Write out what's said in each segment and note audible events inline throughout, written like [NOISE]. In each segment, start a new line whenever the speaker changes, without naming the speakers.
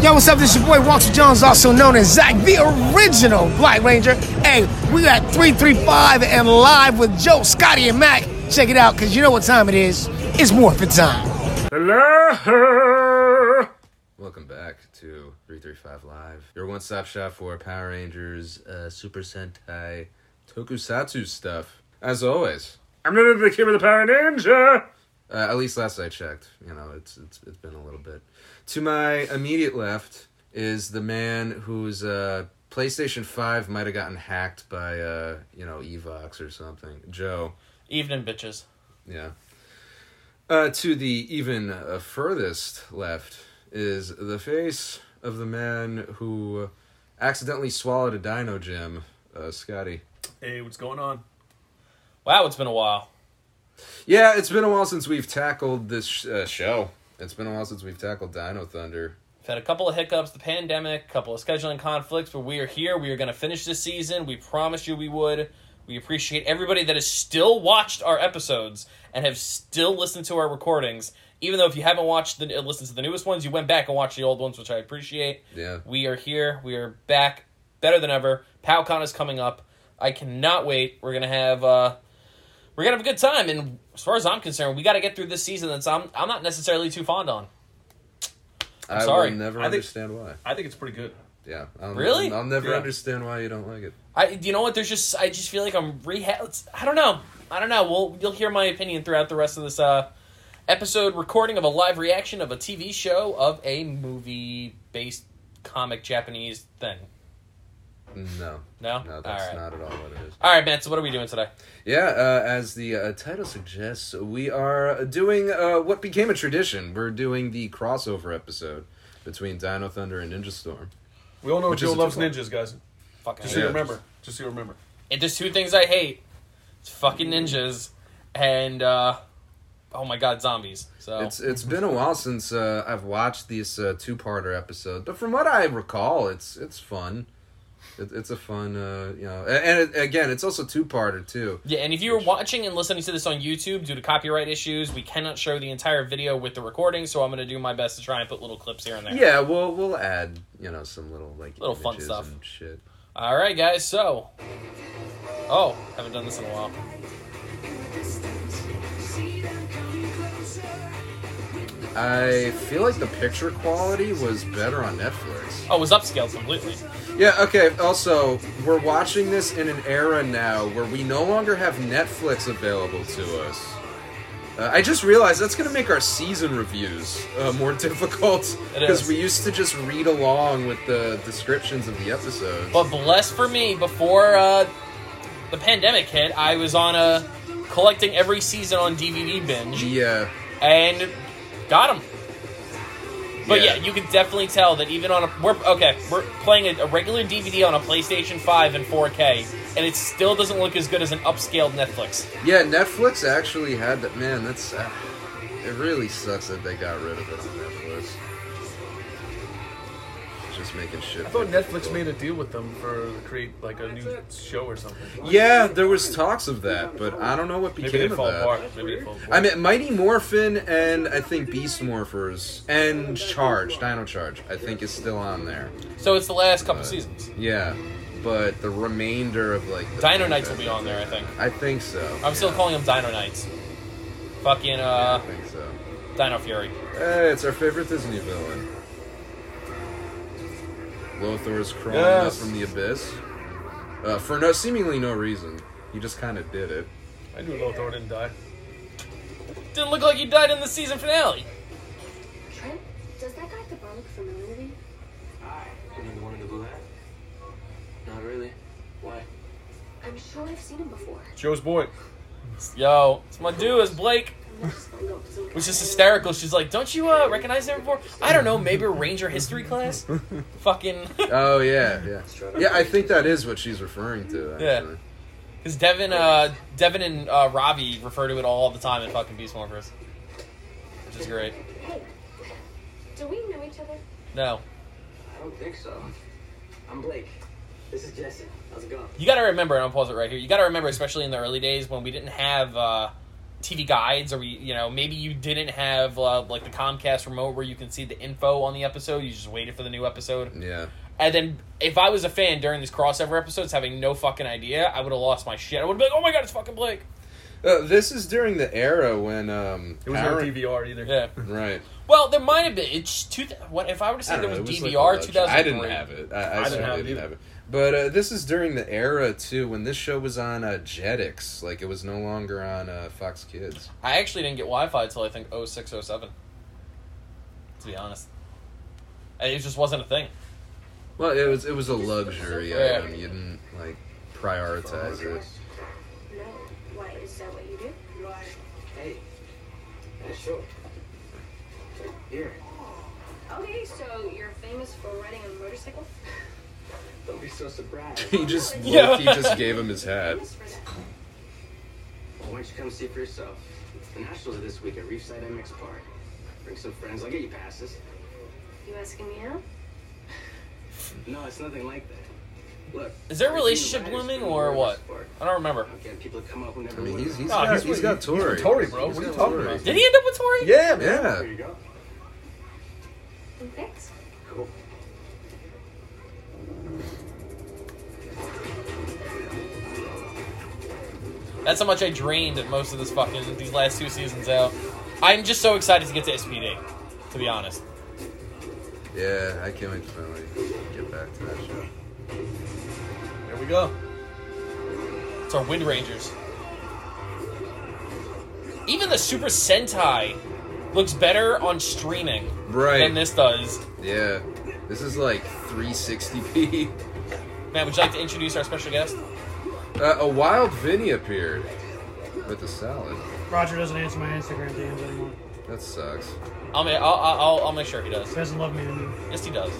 Yo, what's up? This is your boy Walter Jones, also known as Zach, the original Black Ranger. Hey, we got 335 and live with Joe, Scotty, and Mac. Check it out, because you know what time it is. It's Morphin time.
Hello.
Welcome back to 335 Live, your one stop shop for Power Rangers, uh, Super Sentai, Tokusatsu stuff. As always,
I'm not the kid with the power ninja.
uh, at least last I checked, you know, it's, it's it's been a little bit. To my immediate left is the man whose uh, PlayStation 5 might have gotten hacked by, uh, you know, Evox or something. Joe.
Evening, bitches.
Yeah. Uh, to the even uh, furthest left is the face of the man who accidentally swallowed a dino gem, uh, Scotty.
Hey, what's going on? Wow, it's been a while.
Yeah, it's been a while since we've tackled this sh- uh, show. It's been a while since we've tackled Dino Thunder.
We've had a couple of hiccups, the pandemic, a couple of scheduling conflicts, but we are here. We are going to finish this season. We promised you we would. We appreciate everybody that has still watched our episodes and have still listened to our recordings. Even though if you haven't watched the uh, listened to the newest ones, you went back and watched the old ones, which I appreciate.
Yeah.
We are here. We are back, better than ever. PowCon is coming up. I cannot wait. We're gonna have uh, we're gonna have a good time. And as far as I'm concerned, we got to get through this season. That's I'm I'm not necessarily too fond on.
i
sorry.
will never
I think-
understand why.
I think it's pretty good.
Yeah. I'll,
Really?
I'll, never
Yeah.
understand why you don't like it.
I you know what? There's just I just feel like I'm reha. it's- I don't know. I don't know. Well, you'll hear my opinion throughout the rest of this uh, episode recording of a live reaction of a TV show of a movie based comic Japanese thing.
No.
No?
No, that's
Alright.
not at all what it is.
All right, man. So what are we doing today?
Yeah, uh, as the uh, title suggests, we are doing uh, what became a tradition. We're doing the crossover episode between Dino Thunder and Ninja Storm.
We all know
Which
Joe
is a
loves
good one.
ninjas, guys.
Fucking
Just
hate
so you
Yeah.
remember. Just so you remember.
And there's two things I hate. It's fucking ninjas and uh oh my god, zombies. So
It's it's been a while since uh, I've watched this uh, two parter episode, but from what I recall, it's it's fun. It, it's a fun, uh, you know, and, and it, again, it's also two parter too.
yeah, and if you're watching and listening to this on YouTube due to copyright issues, we cannot show the entire video with the recording, so I'm going to do my best to try and put little clips here and there.
Yeah, we'll we'll add you know some little like
Little fun
images
stuff.
and shit.
All right, guys. So Oh, haven't done this in a while.
I feel like the picture quality was better on Netflix.
Oh, it was upscaled completely.
Yeah, okay. Also, we're watching this in an era now where we no longer have Netflix available to us. Uh, I just realized that's going to make our season reviews uh, more [LAUGHS] difficult
It
because
is.
we used to just read along with the descriptions of the episodes.
But bless for me, before uh, the pandemic hit, I was on a collecting every season on DVD binge.
yeah,
and got him. But
Yeah.
yeah. you can definitely tell that even on a we're okay, we're playing a, a regular DVD on a PlayStation Five in 4K, and it still doesn't look as good as an upscaled Netflix.
yeah. Netflix actually had that. Man, that's uh, it. Really sucks that they got rid of it on Netflix. Just making shit.
I thought
more
Netflix
difficult.
made a deal with them for create like a new show or something.
Yeah, there was talks of that, but I don't know what became
Maybe they
of
fall
that.
apart. Maybe they fall apart.
I mean, Mighty Morphin and I think Beast Morphers and Charge, Dino Charge, I think is still on there.
So it's the last couple seasons.
Yeah, but the remainder of like the
Dino Knights will be on there, I think.
I think so.
I'm still calling them Dino Knights. Fucking uh,
I think so.
Dino Fury.
Hey, it's our favorite Disney villain. Lothar is crawling up
Yes.
from the abyss uh, for no seemingly no reason. He just kind of did it.
I knew Lothar didn't die.
Didn't look like he died in the season finale.
Trent, does that guy at the bar look familiar to you?
You mean the one in the blue hat? Not really. Why?
I'm sure I've seen him before.
Joe's boy.
Yo, it's my dude, is Blake.
I'm not just gonna go up to some
which is hysterical. She's like, "Don't you uh, recognize him before? I don't know, maybe Ranger history class." Fucking, [LAUGHS]
Oh yeah, yeah, yeah. I think that is what she's referring to. Actually.
Yeah. because Devin, uh, Devin and uh, Robbie refer to it all the time in fucking Beast Morphers, which is great.
Hey, do we know each other?
No,
I don't think so. I'm Blake. This is Jesse. How's it going?
you got to remember, and I'll pause it right here. You got to remember, especially in the early days when we didn't have uh, TV guides, or we, you know, maybe you didn't have uh, like the Comcast remote where you can see the info on the episode. You just waited for the new episode.
Yeah.
And then if I was a fan during these crossover episodes, having no fucking idea, I would have lost my shit. I would have been like, oh my god, it's fucking Blake.
Uh, this is during the era when um.
It was no
Aaron-
DVR either.
Yeah.
Right.
Well, there might have been. It's two. What if I
I
would have said
don't
there
know,
was
it was like a
DVR two
legend.
thousand?
I didn't have it. I, I,
I didn't
certainly
have it
didn't
either.
have it. But uh, this is during the era too when this show was on uh, Jetix. Like it was no longer on uh, Fox Kids.
I actually didn't get Wi-Fi until I think 06, 07, To be honest, it just wasn't a thing.
Well, it was it was a luxury
Yeah.
item. You didn't like prioritize it.
No. Why is that what you do?
Hey. Yeah, sure. Right here.
Okay, so you're famous for riding on a motorcycle.
Don't be so surprised.
[LAUGHS] He just
Yeah.
looked, he just gave him his hat.
Famous for that.
Why don't you come see for yourself? The Nationals are this week at Reefside MX Park. Bring some friends. I'll get you passes.
You asking me out?
No, it's nothing like that. Look.
Is there a
I've seen
relationship
riders
blooming
from
or
Warriors
what?
Park.
I don't remember.
Okay, people come up who never
I mean,
would.
he's he's
No,
got,
he's-
he's got Tory.
Oh, Tory, bro. What are you
got
talking
Tory.
about?
Did he end up with Tori?
Yeah, man.
There
Yeah.
you go.
Mm, Thanks.
Cool.
That's how much I drained at most of this fucking these last two seasons out. I'm just so excited to get to SPD, to be honest.
Yeah, I can't wait to finally get back to that show.
There we go.
It's our Wind Rangers. Even the Super Sentai looks better on streaming
Right.
than this does.
Yeah. This is like [LAUGHS] 360p.
Matt, would you like to introduce our special guest?
Uh, a wild Vinny appeared with a salad.
Roger doesn't answer my Instagram DMs anymore.
That sucks.
I'll make, I'll, I'll, I'll- I'll make sure he
He
does.
doesn't love me anymore.
Yes, he does.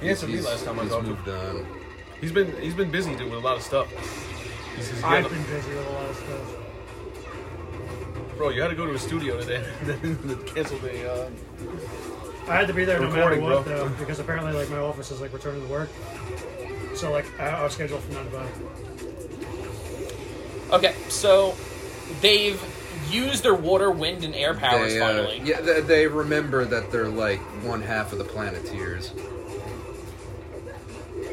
He answered me
He's-
last time I
he's
talked to him.
moved on.
He's been he's been busy dude with a lot of stuff. He's, he's
I've
got-
been busy with a lot of stuff.
bro, you had to go to a studio today. [LAUGHS] They canceled the. Uh,
I had to be there no matter
Recording,
what,
bro.
though, because apparently, like, my office is like returning to work. So, like, I, I was scheduled for nine to five.
Okay, so they've used their water, wind, and air powers
They, uh,
finally.
yeah, they, they remember that they're like one half of the planeteers.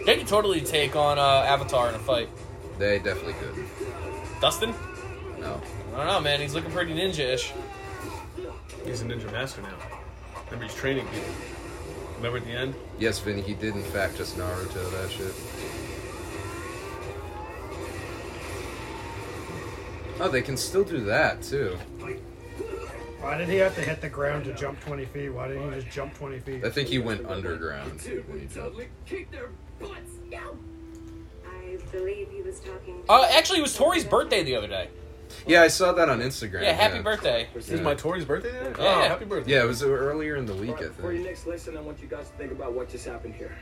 They could totally take on uh, Avatar in a fight.
They definitely could.
Dustin?
No.
I don't know, man. He's looking pretty ninja-ish.
he's a ninja master now. Remember, he's training people. Remember at the end?
Yes, Vinny, he did in fact just Naruto that shit. Oh, they can still do that too.
Why did he have to hit the ground to jump 20 feet? Why didn't he just jump 20 feet?
I think he went underground when he jumped.
I believe he was talking. to-
Uh, actually, it was Tori's birthday the other day.
Yeah, I saw that on Instagram.
Yeah, happy birthday.
Is
Yeah.
my Tori's birthday today?
Yeah.
Oh, happy birthday.
Yeah, it was earlier in the week, I
Alright, for your
think.
next lesson, I want you guys to think about what just happened here.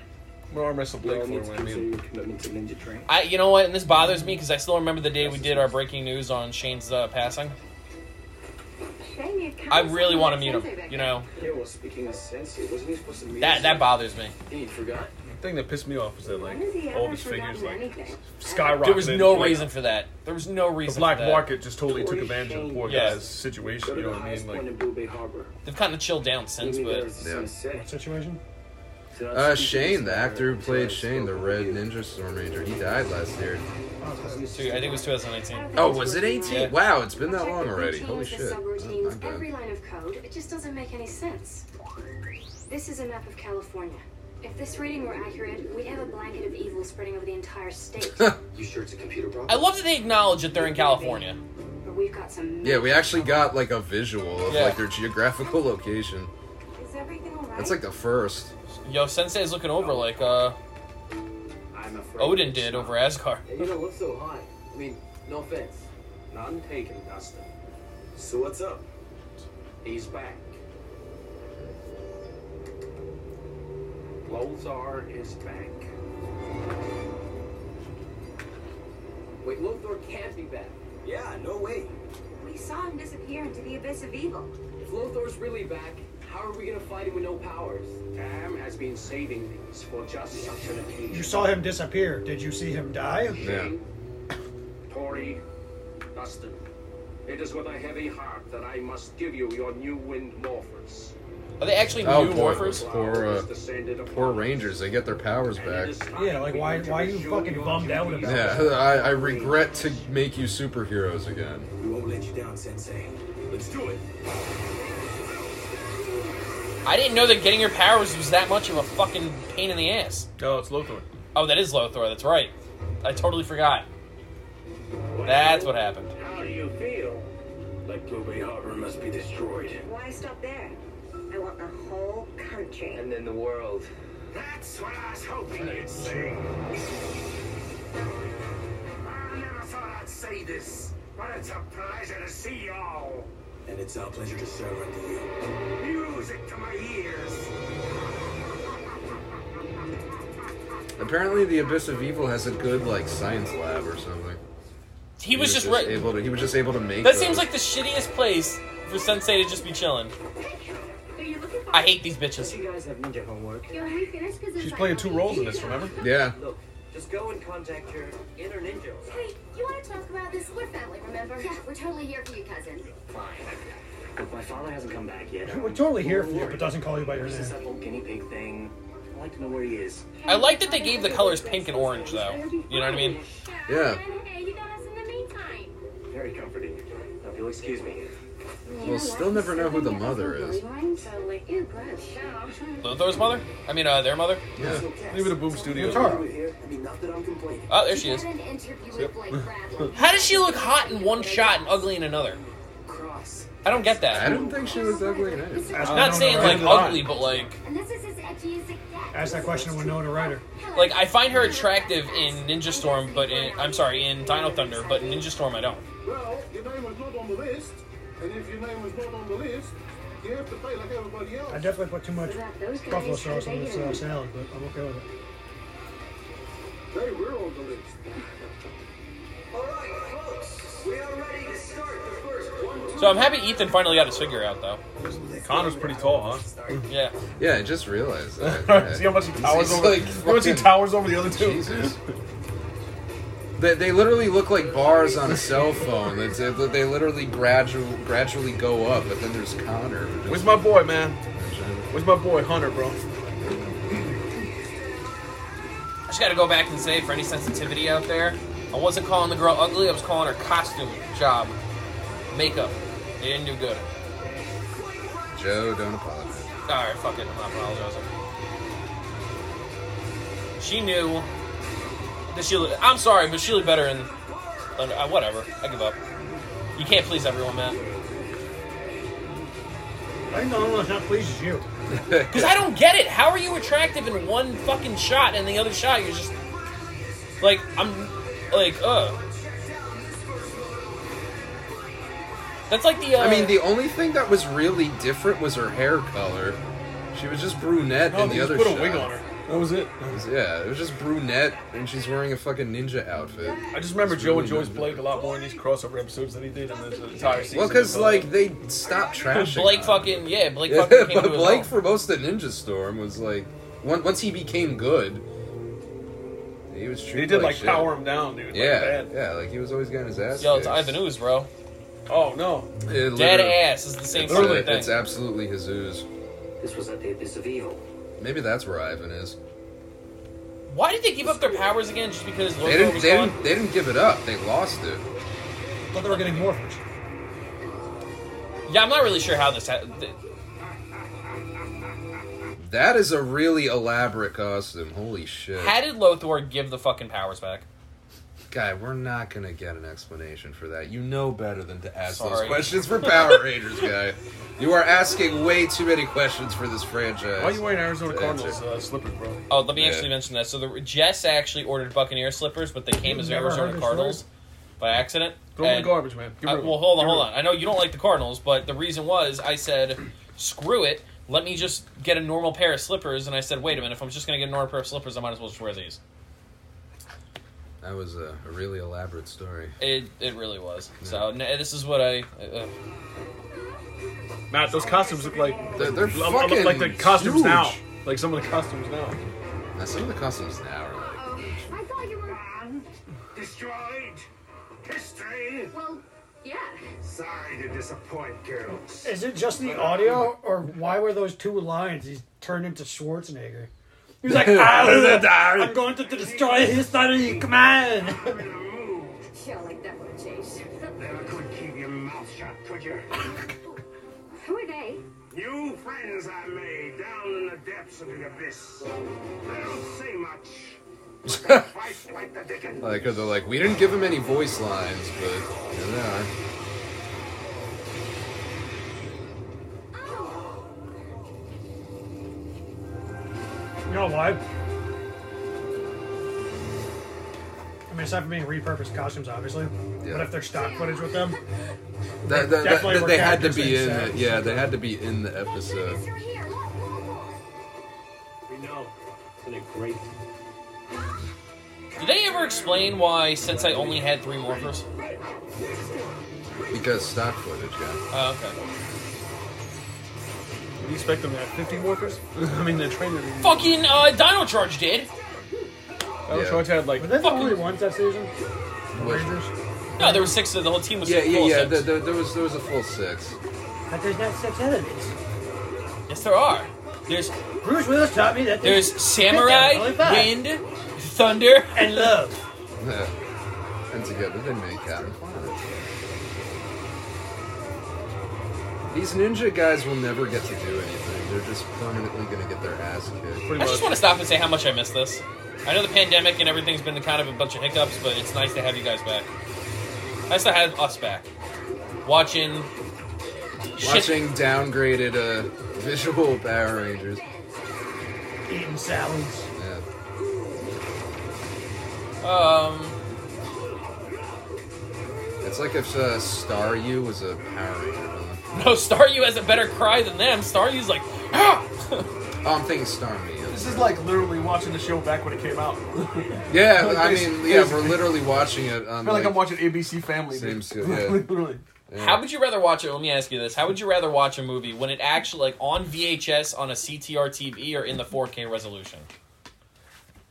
I'm gonna arm wrestle
You
Blake
all
for
need to
when I meet
consider
him.
your commitment to Ninja Train.
I, you know what? And this bothers me because I still remember the day we did our breaking news on Shane's uh, passing.
Shame you can't
I really want to meet
Sensei back
him. You know
Yeah, well, speaking of Sensei, wasn't he supposed to meet
that
us?
that bothers me.
Hey, you forgot?
The thing that pissed me off was that
there.
like
When has he
all
ever
of his figures
forgotten
like
anything?
skyrocketed.
There was no
Like,
reason for that. There was no
The
reason.
black
for that.
market just totally took advantage of the poor
Yeah.
guy's
Go
situation.
to
You know
the
what I
highest
mean?
point
Like,
in Blue Bay Harbor.
They've kind of chilled down since,
Maybe
but
there's the
Yeah.
Sensei.
What situation?
Did I
Uh,
speak
Shane,
to
the
this
actor who
matter?
played
Did I
Shane, the
spoke
Red
with you?
Ninja Storm Ranger, he died last year.
two, I think it was 2018.
Oh, was it 18?
Yeah.
Wow, it's been that long
Technically
already.
change
Holy
the
shit. Oh, my
subroutines, every
bad.
line of code, it just doesn't make any sense. This is a map of California. If this reading were accurate, we'd have a blanket of evil spreading over the
[LAUGHS]
entire state.
You sure it's a computer problem?
I love that they acknowledge that they're in California.
but we've got some.
Yeah, we actually got like a visual of
Yeah.
like their geographical [LAUGHS] location.
Is everything alright?
That's like the first.
Yo, Sensei's looking over like uh,
I'm afraid
Odin
it's
did
not.
over Asgard.
Hey, you know what's so high? I mean, no offense. None taken, Dustin. So what's up? He's back. Lothar is back. Wait, Lothar can't be back. Yeah, no way.
We saw him disappear into the abyss of evil.
If Lothar's really back, how are we gonna fight him with no powers? Tam has been saving these for just such an occasion.
You saw him disappear. Did you see him die?
Yeah.
Tori, Dustin,
It is with a heavy heart that I must give you your new wind morphers.
Are they actually
Oh,
new
boy.
morphers?
Poor, uh,
Has descended upon
Poor
us,
Rangers, they get their powers
and it
back.
is time
Yeah, like,
for
why-
to
why are you
resume
fucking
your
bummed out
duties
[LAUGHS]
about
Yeah, [LAUGHS] I, I regret to make you superheroes again.
We won't let you down, Sensei. Let's do it.
I didn't know that getting your powers was that much of a fucking pain in the ass.
No, it's Lothar.
Oh, that is Lothar. That's right. I totally forgot. That's what happened.
How do you feel?
Like Blue Bay Harbor must be destroyed.
Why stop there? I want the whole country.
And then the world.
That's what I was hoping you'd say. I never thought I'd say this, but it's a pleasure to see y'all.
And it's our pleasure to serve unto you.
Music to my ears.
Apparently, the Abyss of Evil has a good like science lab or something.
He was just right.
able to. He was just able to make.
That
those.
seems like the shittiest place for Sensei to just be chilling.
Are you looking for
I hate these bitches.
You guys have ninja homework.
Yo, have you finished? 'Cause it's
She's
like
playing
how
two
many
roles in
days
this,
now?
remember?
Yeah,
Look, just go and contact your inner ninja.
Hey, you want to talk about this? We're family, remember? Yeah, we're totally here for you, cousin.
Fine. Look, my father hasn't come back yet.
We're totally here for you,
Worried.
but doesn't call you by your
Ever Since
name.
that whole guinea pig thing, I'd like to know where he is.
I like that they gave the colors pink and orange, though. You know what I mean?
Yeah.
And hey, you got us in the meantime.
Very comforting. Now, if you'll excuse me.
We'll still never know who the mother is.
Lothar's mother? I mean, uh, their mother?
Yeah.
Leave it a boob studio.
Tara.
I mean, not that I'm complaining.
Oh, there she is.
Had an interview with Blake Bradley.
[LAUGHS] How does she look hot in one shot and ugly in another?
Cross.
I don't get
I
that.
don't think she was ugly in it.
Ask
Not
Winona
saying
Ryder.
like ugly, but like,
And this is as edgy as it gets.
Ask that question to Winona Ryder.
like I find her attractive in Ninja Storm, but in I'm sorry, in Dino Thunder, but in Ninja Storm I don't.
Well, your name was not on the list, and if your name was not on the list, you have to pay like everybody else.
I definitely put too much buffalo sauce on this uh, salad, but I'm okay with it.
They were on the list.
All right, folks. We are ready to start the first one.
So I'm happy Ethan finally got his figure out though.
Connor's pretty tall, [LAUGHS]
Yeah.
Yeah, I just realized that.
huh? See how much he towers
He's
over.
like
[LAUGHS] how much he
fucking-
towers over the other two.
Jesus. They, they literally look like bars on a cell phone. It's, it, they literally gradually gradually go up, but then there's Connor. who
Where's
just-
my boy, man? Where's my boy Hunter, bro?
I just gotta go back and say for any sensitivity out there, I wasn't calling the girl ugly, I was calling her costume job. Makeup. They didn't do good.
Joe, don't apologize.
Alright, fuck it, I'm not apologizing. She knew that she looked I'm sorry, but she looked better in than- uh, whatever. I give up. You can't please everyone, man.
I think the only one that pleases you.
Because I don't get it. How are you attractive in one fucking shot and the other shot you're just like I'm like uh. That's like the. Uh,
I mean, the only thing that was really different was her hair color. She was just brunette
No,
in
they
the
Oh, just
other
put
shot.
a wig on her. That was it.
It was- yeah, it was just brunette, and she's wearing a fucking ninja outfit.
I just remember
It's
Joe
really
enjoys
not-
Blake a lot more in these crossover episodes than he did in the entire season.
Well, because like they stopped trashing.
uh, Blake
her.
fucking yeah,
[LAUGHS]
Blake
Yeah,
fucking came to
but
his
Blake
own.
for most of Ninja Storm was like, on- once he became good, he was treated.
he did like
shit.
power him down, dude. like,
Yeah,
bad.
yeah, like he was always getting his ass.
Yo, it's
kicked.
Ivan Ooze, bro.
Oh no.
It
Dead
literally-
ass is the same
It's,
fucking
uh,
thing.
it's absolutely his ooze.
This was at the Abyss of Evil.
Maybe that's where Ivan is.
Why did they give up their powers again just because
They
Lothar
didn't.
was
They
gone?
didn't. They didn't give it up. They lost it.
Thought they were getting morphers.
Yeah, I'm not really sure how this. Ha- th-
That is a really elaborate costume. Holy shit.
how did Lothar give the fucking powers back?
Guy, we're not going to get an explanation for that. You know better than to ask those
Sorry.
questions for Power Rangers, guy. You are asking way too many questions for this franchise.
Why are you wearing Arizona
That's
Cardinals
it.
uh, slippers, bro?
Oh, let me
Yeah.
actually mention that. So the Jess actually ordered Buccaneer slippers, but they came as
Never heard
Arizona
this
Cardinals by accident.
Throw them in
And-
the garbage, man. Get
Uh,
rid of
well,
them.
hold on,
Get
hold
rid
on. I know you don't like the Cardinals, but the reason was I said, screw it. Let me just get a normal pair of slippers. And I said, wait a minute. If I'm just going to get a normal pair of slippers, I might as well just wear these.
That was a, a really elaborate story.
It, it really was. So n- this is what I. Uh,
of them. Matt, those costumes look like
They're, they're
I
fucking
look like the costumes
huge.
now. Like some of the costumes now.
Now, some of the costumes now are
Oh,
like.
I thought you were.
Destroyed. History.
Well, Yeah.
Sorry to disappoint, girls.
Is it just the audio, or why were those two lines? He's turned into Schwarzenegger. He's like, "Ah, I'm going to destroy his study. Come on.
Yeah, like that would have changed.
Now could keep your mouth shut, could you?
Who are they?
New friends I made down in the depths of the abyss. They don't say much. but they fight like the
[LAUGHS]
dickens.
Like, or they're like, we didn't give him any voice lines, but here they are.
Oh,
You know why? I mean, aside from being repurposed costumes, obviously.
Yeah.
But if they're stock footage with them,
That, that, that,
Definitely were
they had to
characters
be
they
in
said.
it. Yeah, they had to be in the episode.
They're here. Look, look, look.
We know. Isn't it great?
Did they ever explain why Sensei only had three morphers?
Because stock footage, yeah.
Oh, okay.
What do you expect them to have? 50 workers? [LAUGHS] I mean, they're trainers.
Fucking uh, Dino Charge did.
I
Yeah.
wish I had like
were they the
Fucking-
only ones that season? The
Which-
Rangers?
No, there were six. The whole team was
Yeah,
full
yeah,
of
yeah.
six.
There, there, there was there was a full six.
But there's not six enemies.
Yes, there are. There's
Bruce Willis taught me that
there's samurai,
Only five.
wind, thunder.
and love.
Yeah. And together they made Captain Planet. These ninja guys will never get to do anything. They're just permanently gonna get their ass kicked.
I just want to stop and say how much I miss this. I know the pandemic and everything's been kind of a bunch of hiccups, but it's nice to have you guys back. Nice to have us back. Watching. Shit. [LAUGHS]
Watching downgraded uh, visual Power Rangers.
Eating salads.
Yeah.
Um. [LAUGHS]
It's like if uh, Star U was a Power Ranger villain.
No, Staryu has a better cry than them. Staryu's like, ah!
Oh, I'm thinking Star Me.
This is like literally watching the show back when it came out.
Yeah,
Like
I
this-
mean, yeah,
[LAUGHS] this-
we're literally watching it on.
I feel like,
like,
I'm watching ABC Family.
Same
dude.
shit, yeah.
[LAUGHS] literally.
How would you rather watch it? Let me ask you this: How would you rather watch a movie when it actually like on VHS on a CTR TV or in the 4K resolution?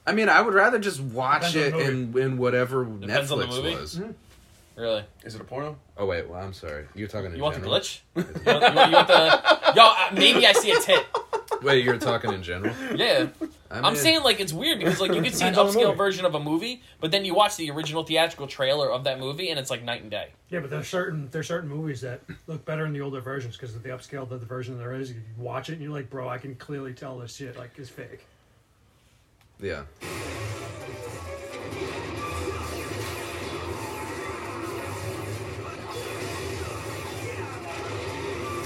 I mean, I would rather just watch
Depends
it
on the
in in whatever
Depends on the
Netflix
movie.
was.
Mm-hmm.
Really?
Is it a porno?
Oh wait, well, I'm sorry. You're talking. In
You want the
general?
glitch? You want, you want- you
[LAUGHS]
want the yo? uh, Maybe I see a tit.
Wait, you're talking in general.
[LAUGHS]
Yeah,
I
[LAUGHS] I'm
mean,
saying like it's weird because like you can see
[LAUGHS]
an
Depends on the
upscale
movie.
version of a movie, but then you watch the original theatrical trailer of that movie and it's like night and day.
Yeah, but there's certain there's certain movies that look better in the older versions because of the upscale that the version there is. You watch it and you're like, bro, I can clearly tell this shit like is fake.
Yeah.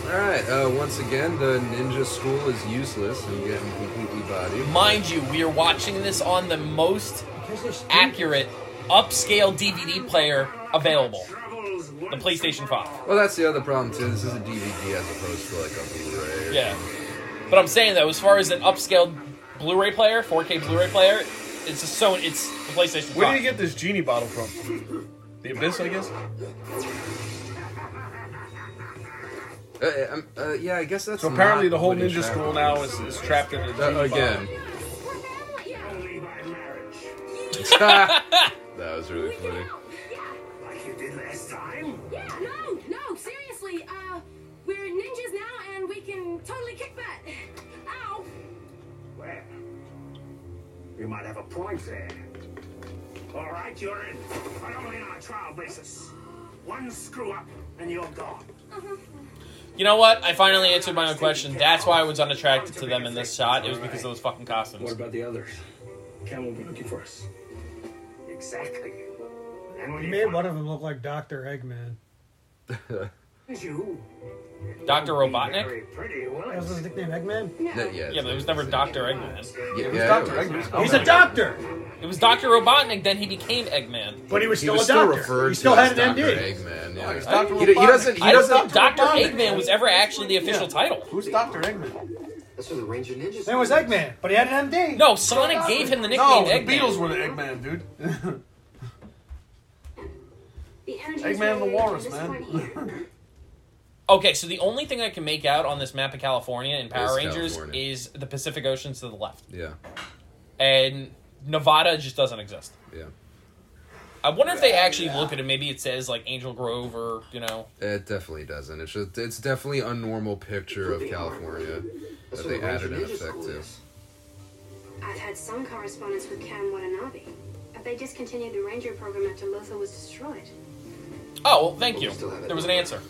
All right. Uh, once again, the ninja school is useless and getting completely bodied.
Mind you, we are watching this on the most
Because they're stupid.
accurate upscale DVD player available, the PlayStation 5.
Well, that's the other problem too. This is a DVD as opposed to like a Blu-ray. or
Yeah. But I'm saying though, as far as an upscaled Blu-ray player, 4K Blu-ray player, it's a so it's the PlayStation. 5.
Where did you get this genie bottle from? The abyss, I guess.
Uh, um, uh, yeah, I guess that's.
So apparently,
not
the whole
what he
ninja
traveled
school
with.
now is, is trapped in a genie
Uh,
bottle.
again.
Only by marriage.
that was really funny.
Like you did last time.
Yeah, no, no, seriously. Uh, we're ninjas now and we can totally kick butt. Ow.
Well, you might have a point there. All right, you're in, but only on a trial basis. One screw up, and you're gone.
You know what? I finally answered my own question. That's why I was unattracted to them in this shot. It was because of those fucking costumes.
about the others?
Cam will be looking for us. Exactly. And when
He made one of them look like Doctor Eggman.
finds you, it
Dr.
won't be
Robotnik?
very Pretty, will
That was his
it?
nickname, Eggman.
That- yeah,
Yeah, but it was never Doctor Eggman.
Yeah,
It's
Oh, yeah, it
Dr.
was.
Eggman's-
He's a doctor,
It was Doctor Robotnik. Then he became Eggman.
but he was
He
still
was
a
still
doctor.
referred
he still
to
had
as
an
Dr.
MD.
Eggman.
Oh, he's
Yeah.
Dr.
He, he doesn't.
Robotnik.
He
I don't think
doesn't.
Doctor
Robotnik.
Eggman was ever actually the official title.
Who's Doctor Eggman?
That's where the Ranger Ninjas.
Then it was Eggman, but he had an MD.
No, Sonic gave him the
No,
nickname
the Beatles
Eggman.
were the Eggman, dude.
The energy is
Eggman and the
radiated
Walrus,
from this
man.
point here.
Okay, so the only thing I can make out on this map of California in Power
Is
Rangers
California.
is the Pacific Ocean to the left,
Yeah,
and Nevada just doesn't exist.
yeah.
I wonder if they actually look at it. Maybe it says like Angel Grove or you know.
It definitely doesn't. It's just, it's definitely a normal picture of California that they added an effect to.
[LAUGHS] I've had some correspondence with Cam Watanabe, but they discontinued the ranger program after Lothal was destroyed.
Oh well, thank you. There was an answer.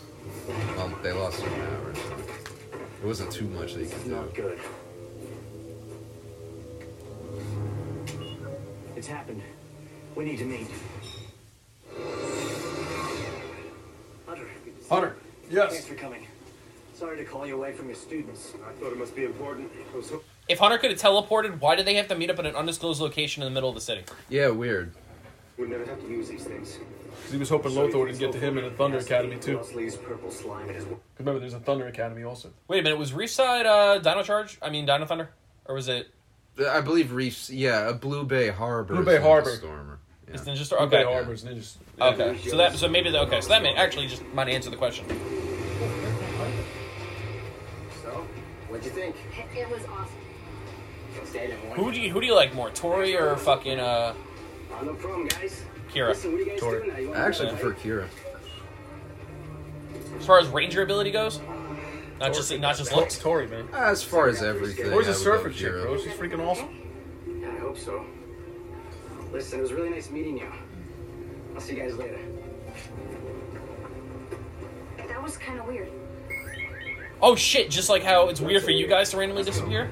Well, Um, they lost an hour. It wasn't too much that you could do.
Good. It's happened. We need to meet. Hunter. good to see
Hunter,
you.
yes.
Thanks for coming. Sorry to call you away from your students. I thought it must be important.
If Hunter could have teleported, why did they have to meet up in an undisclosed location in the middle of the city?
Yeah, weird.
We never have to use these things.
He was hoping Lothor would get to him in the Thunder Academy too.
Lee's purple slime in his
Remember, there's a Thunder Academy also.
Wait a minute, was Reefside uh, Dino Charge? I mean Dino Thunder, or was it?
I believe Reefs. Yeah, a Blue Bay Harbor.
Blue
is
Bay
Ninja
Harbor.
Stormer.
It's Ninja Storm.
Bay
Okay,
Harbors ninjas.
okay. So that, so maybe the, okay. So that may actually just might answer the question.
So, what'd you think?
It was awesome.
Stayed in one.
Who do you who do you like more, Tori or fucking uh,
Oh, no problem, guys.
Kira?
Listen, what are you guys doing now? You
I actually
wanna-
prefer Kira.
As far as ranger ability goes, not just not just
Looks
looks.
Tori, man.
As far as everything.
Where's
I would
the surfer
go
chick,
Kira.
bro? She's freaking awesome.
Yeah, I hope so. Listen, it was really nice meeting you. I'll see you guys later.
That was kind of weird.
Oh shit! Just like how it's weird for you guys to randomly disappear.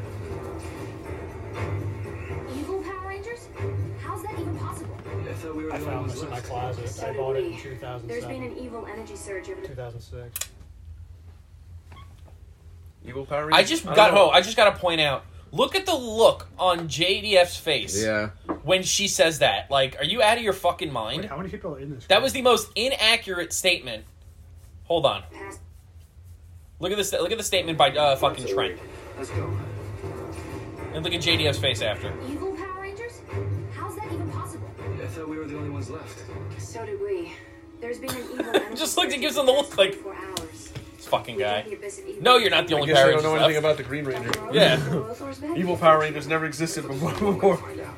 Evil Power Rangers? How's that even possible?
I thought we were
I
the
found
only
this in my
ones left.
closet. I
So
bought it
did
in
we. There's been
2007.
an evil energy surge over the
2006.
Evil Power
I just
don't
got
know.
oh, I just got to point out. Look at the look on JDF's face
Yeah.
when she says that. Like, are you out of your fucking mind?
How many people are in this?
That was the most inaccurate statement. Hold on.
past.
Look at this. Look at the statement by uh, fucking
So,
Trent,
Let's go.
and look at JDF's face after.
Evil Power Rangers? How's that even possible?
I thought we were the only ones left.
So did we. There's
[LAUGHS]
been an evil energy
Just looked- it
surge
gives
over
them the look like-
24 hours.
This fucking guy.
The abyss of evil.
No, you're not the
I
only
guess I
Power Rangers
don't know anything
left.
about the Green Ranger.
Dr. Rose
Yeah.
is the Lothor's back?
Evil Power Rangers never existed before.
Find out.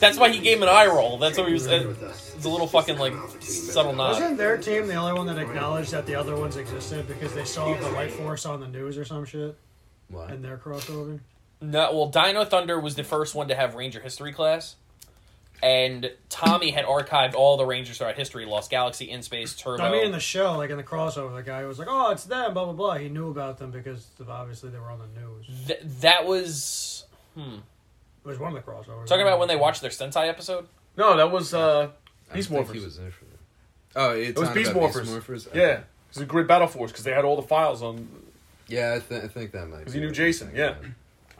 That's why he gave him an eye roll. That's what he was. uh,
You're with
It's
us.
a little fucking like subtle
uh,
nod.
Wasn't their team the only one that acknowledged that the other ones existed because they saw the Light Force on the news or some shit
What?
and their crossover?
No, well, Dino Thunder was the first one to have Ranger history class, and Tommy had archived all the Rangers throughout history: Lost Galaxy, In Space, Turbo.
I mean, in the show, like in the crossover, the guy was like, "Oh, it's them," blah blah blah. He knew about them because of- obviously they were on the news. It
Th- that was
was one of the crossovers.
talking about when they watched their Sentai episode.
[LAUGHS] No, that was uh,
I
Beast
don't think
Morphers.
He was there for that. Oh, it's
it was
on
Beast
about
Morphers.
Okay.
Yeah, it was a great battle force because they had all the files on.
Yeah, I, th- I think that might.
'Cause
Because
he knew Jason, yeah.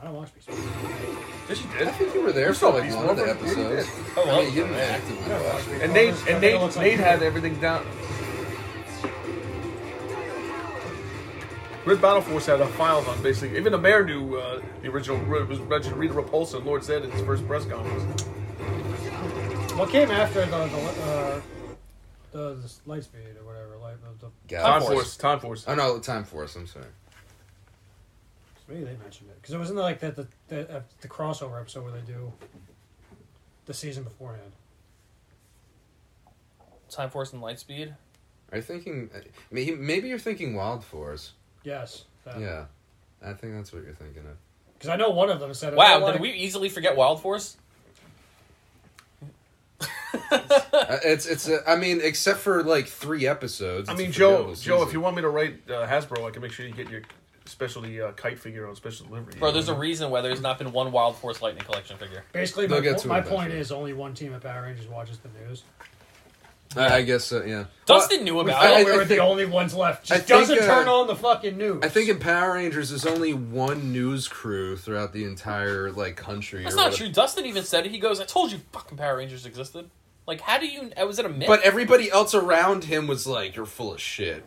I don't watch these.
Yes, you
I
did.
think you were there
You
for
saw
like
Beast
one of the
Morphers. Yeah, you
episodes.
Oh well,
I mean, you didn't actively watch it.
And Nate and
It
Nate
looks like
Nate
you
had
did.
everything down. Red Battle Force had a file on basically. Even the mayor knew uh, the original it was mentioned Rita Repulsa and Lord Zed in his first press conference.
What came after the the, uh, the, the Lightspeed or whatever? Light, the, the,
Galaxy.
Time Force. Time Force.
Oh no, Time Force. I'm sorry.
maybe they mentioned it because it wasn't like that the the, uh, the crossover episode where they do the season beforehand.
Time Force and Lightspeed.
Are you thinking? I mean, he- Maybe you're thinking Wild Force.
Yes. that.
Yeah, I think that's what you're thinking of.
Because I know one of them said,
Wow,
"Oh, like,
did we easily forget Wild Force?
Uh, it's it's. A, I mean, except for like three episodes.
I
it's
mean,
a
Joe,
forgettable
Joe, if
season.
you want me to write uh, Hasbro, I can make sure you get your specialty uh, kite figure on special delivery.
Bro, there's a reason why there's not been one Wild Force Lightning Collection figure.
Basically,
They'll
my,
get
po-
to it
my
eventually.
point is only one team at Power Rangers watches the news.
I, I guess so. Yeah.
Dustin knew about
I-
Oh,
it.
we
I
were the
think-
only ones left. She
I think,
doesn't
uh,
turn on the fucking news.
I think in Power Rangers, there's only one news crew throughout the entire like country.
That's
or
not
whatever.
true. Dustin even said it. He goes, "I told you, fucking Power Rangers existed." Like, how do you? uh, Was it a myth?
But everybody else around him was like, "You're full of shit."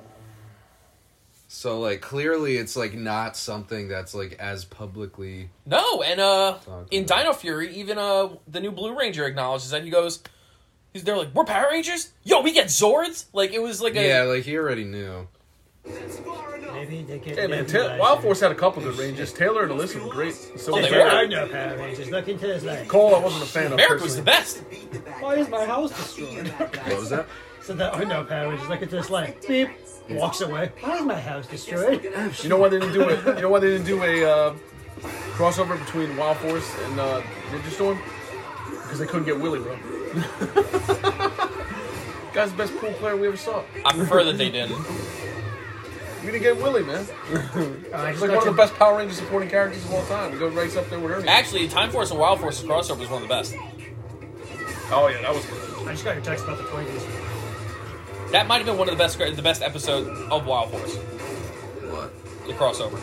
So like, clearly, it's like not something that's like as publicly.
no, and uh,
Talk
in
about it.
Dino Fury, even uh, the new Blue Ranger acknowledges that. He goes, "He's they're like, we're Power Rangers. Yo, we get Zords. Like, it was like a
Yeah, like he already knew.
That's far enough.
Maybe they get.
Hey man,
maybe
Ta-
last
Wild
year.
Force had a couple good ranges. Taylor and Alyssa were great. So
Oh, they
There
were.
are no Power Rangers. Look into his life.
Cole, I wasn't a fan of.
Merrick was the
Personally.
best.
Why is my house destroyed?
What was that?
so there are no Power Rangers. Look into his life. Beep. Walks away. Why is my house destroyed?
You know why they didn't do it? You know why they didn't do a uh, crossover between Wild Force and uh, Ninja Storm? Because they couldn't get Willy, bro. [LAUGHS] Guy's the best pool player we ever saw.
I prefer that they didn't.
We didn't get Willy, man.
I
He's
just
like one
looked
of the
at
best Power Ranger supporting characters of all time. He goes right up there with Ernie.
Actually, Time Force and Wild Force crossover was one of the best.
Oh yeah, that was good.
I just got your text about the Twinkies.
That might have been one of the best the best episode of Wild Force,
What?
the crossover.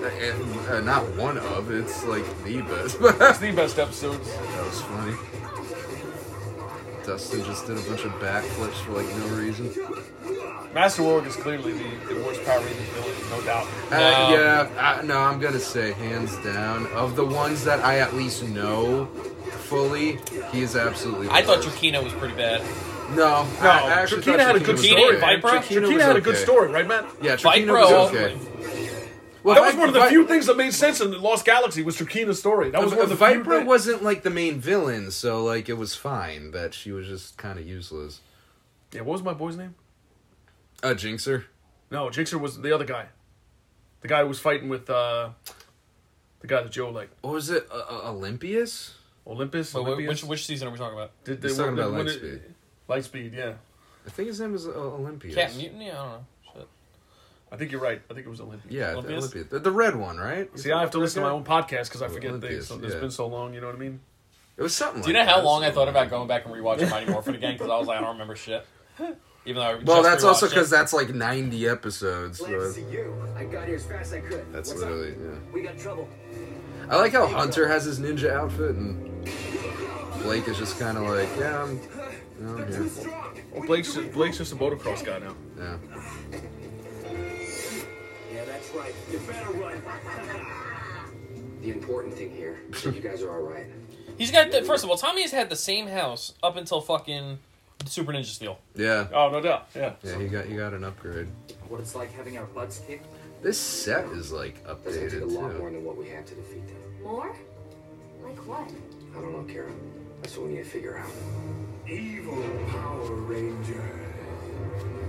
Uh, uh, not one of. It's like the best. [LAUGHS] that
It's the best episodes.
was funny. Dustin just did a bunch of backflips for like no reason.
Master Org is clearly the, the worst Power Rangers villain, no doubt.
Uh, yeah, uh, no, I'm gonna say hands down of the ones that I at least know fully, he is absolutely.
I thought
the worst.
Yukino was pretty bad.
No,
No,
I, I actually
Trakina
thought
had a
Trakina
good
was
Trakina
story.
and Viper?
Trakina
Trakina
was
had a
okay.
good story, right, Matt?
Yeah, Trakina
Viper-
was okay. Well,
That was one of the
Vi-
few things that made sense in the Lost Galaxy was Trakina's story. That was one of the few
Viper
things-
wasn't like the main villain, so like it was fine that she was just kind of useless.
Yeah, what was my boy's name?
Uh, Jinxer.
No, Jixer was the other guy. The guy who was fighting with uh, the guy that Joe liked.
What was it? Uh, uh, Olympius?
Olympus.
Wait, wait,
Olympius?
which which season are we talking about?
Did
He's talking about
when
Lightspeed.
it- Lightspeed, yeah.
I think his name was uh, Olympius.
Cat Mutiny? I don't know. Shit.
I think you're right. I think it was Olympus.
Yeah, the
Olympius?
Olympius. The, the red one, right?
See, I have to listen to my own podcast because I
Well,
forget
Olympius,
things. So It's
yeah.
been so long, you know what I mean?
It was something.
Do you know
like
how
that.
long I thought about going back and rewatching Mighty Morphin again? Because I was like, I don't remember shit. Even though I
Well,
just
that's also
rewatched
because
it.
that's like 90 episodes.
Glad to
So
see you. I got here as fast as I could.
that's
What's
literally.
Up?
Yeah.
We got trouble.
I like how Hunter has his ninja outfit and Blake is just kind of like, yeah, I'm, yeah, I'm here.
Well, Blake's, Blake's just a motocross guy now.
Yeah.
Yeah, that's right.
You better run.
[LAUGHS] The important thing here is that you guys are all right.
he's got. The, first of all, Tommy has had the same house up until fucking Super Ninja Steel.
Yeah.
Oh, no doubt. Yeah.
Yeah, he got you got an upgrade.
What it's like having our butts kicked
This set is like
doesn't
updated
take a lot more
too.
than what we have to defeat them.
More? Like what?
I don't know, Kara. That's what we need to figure out.
Evil Power Ranger.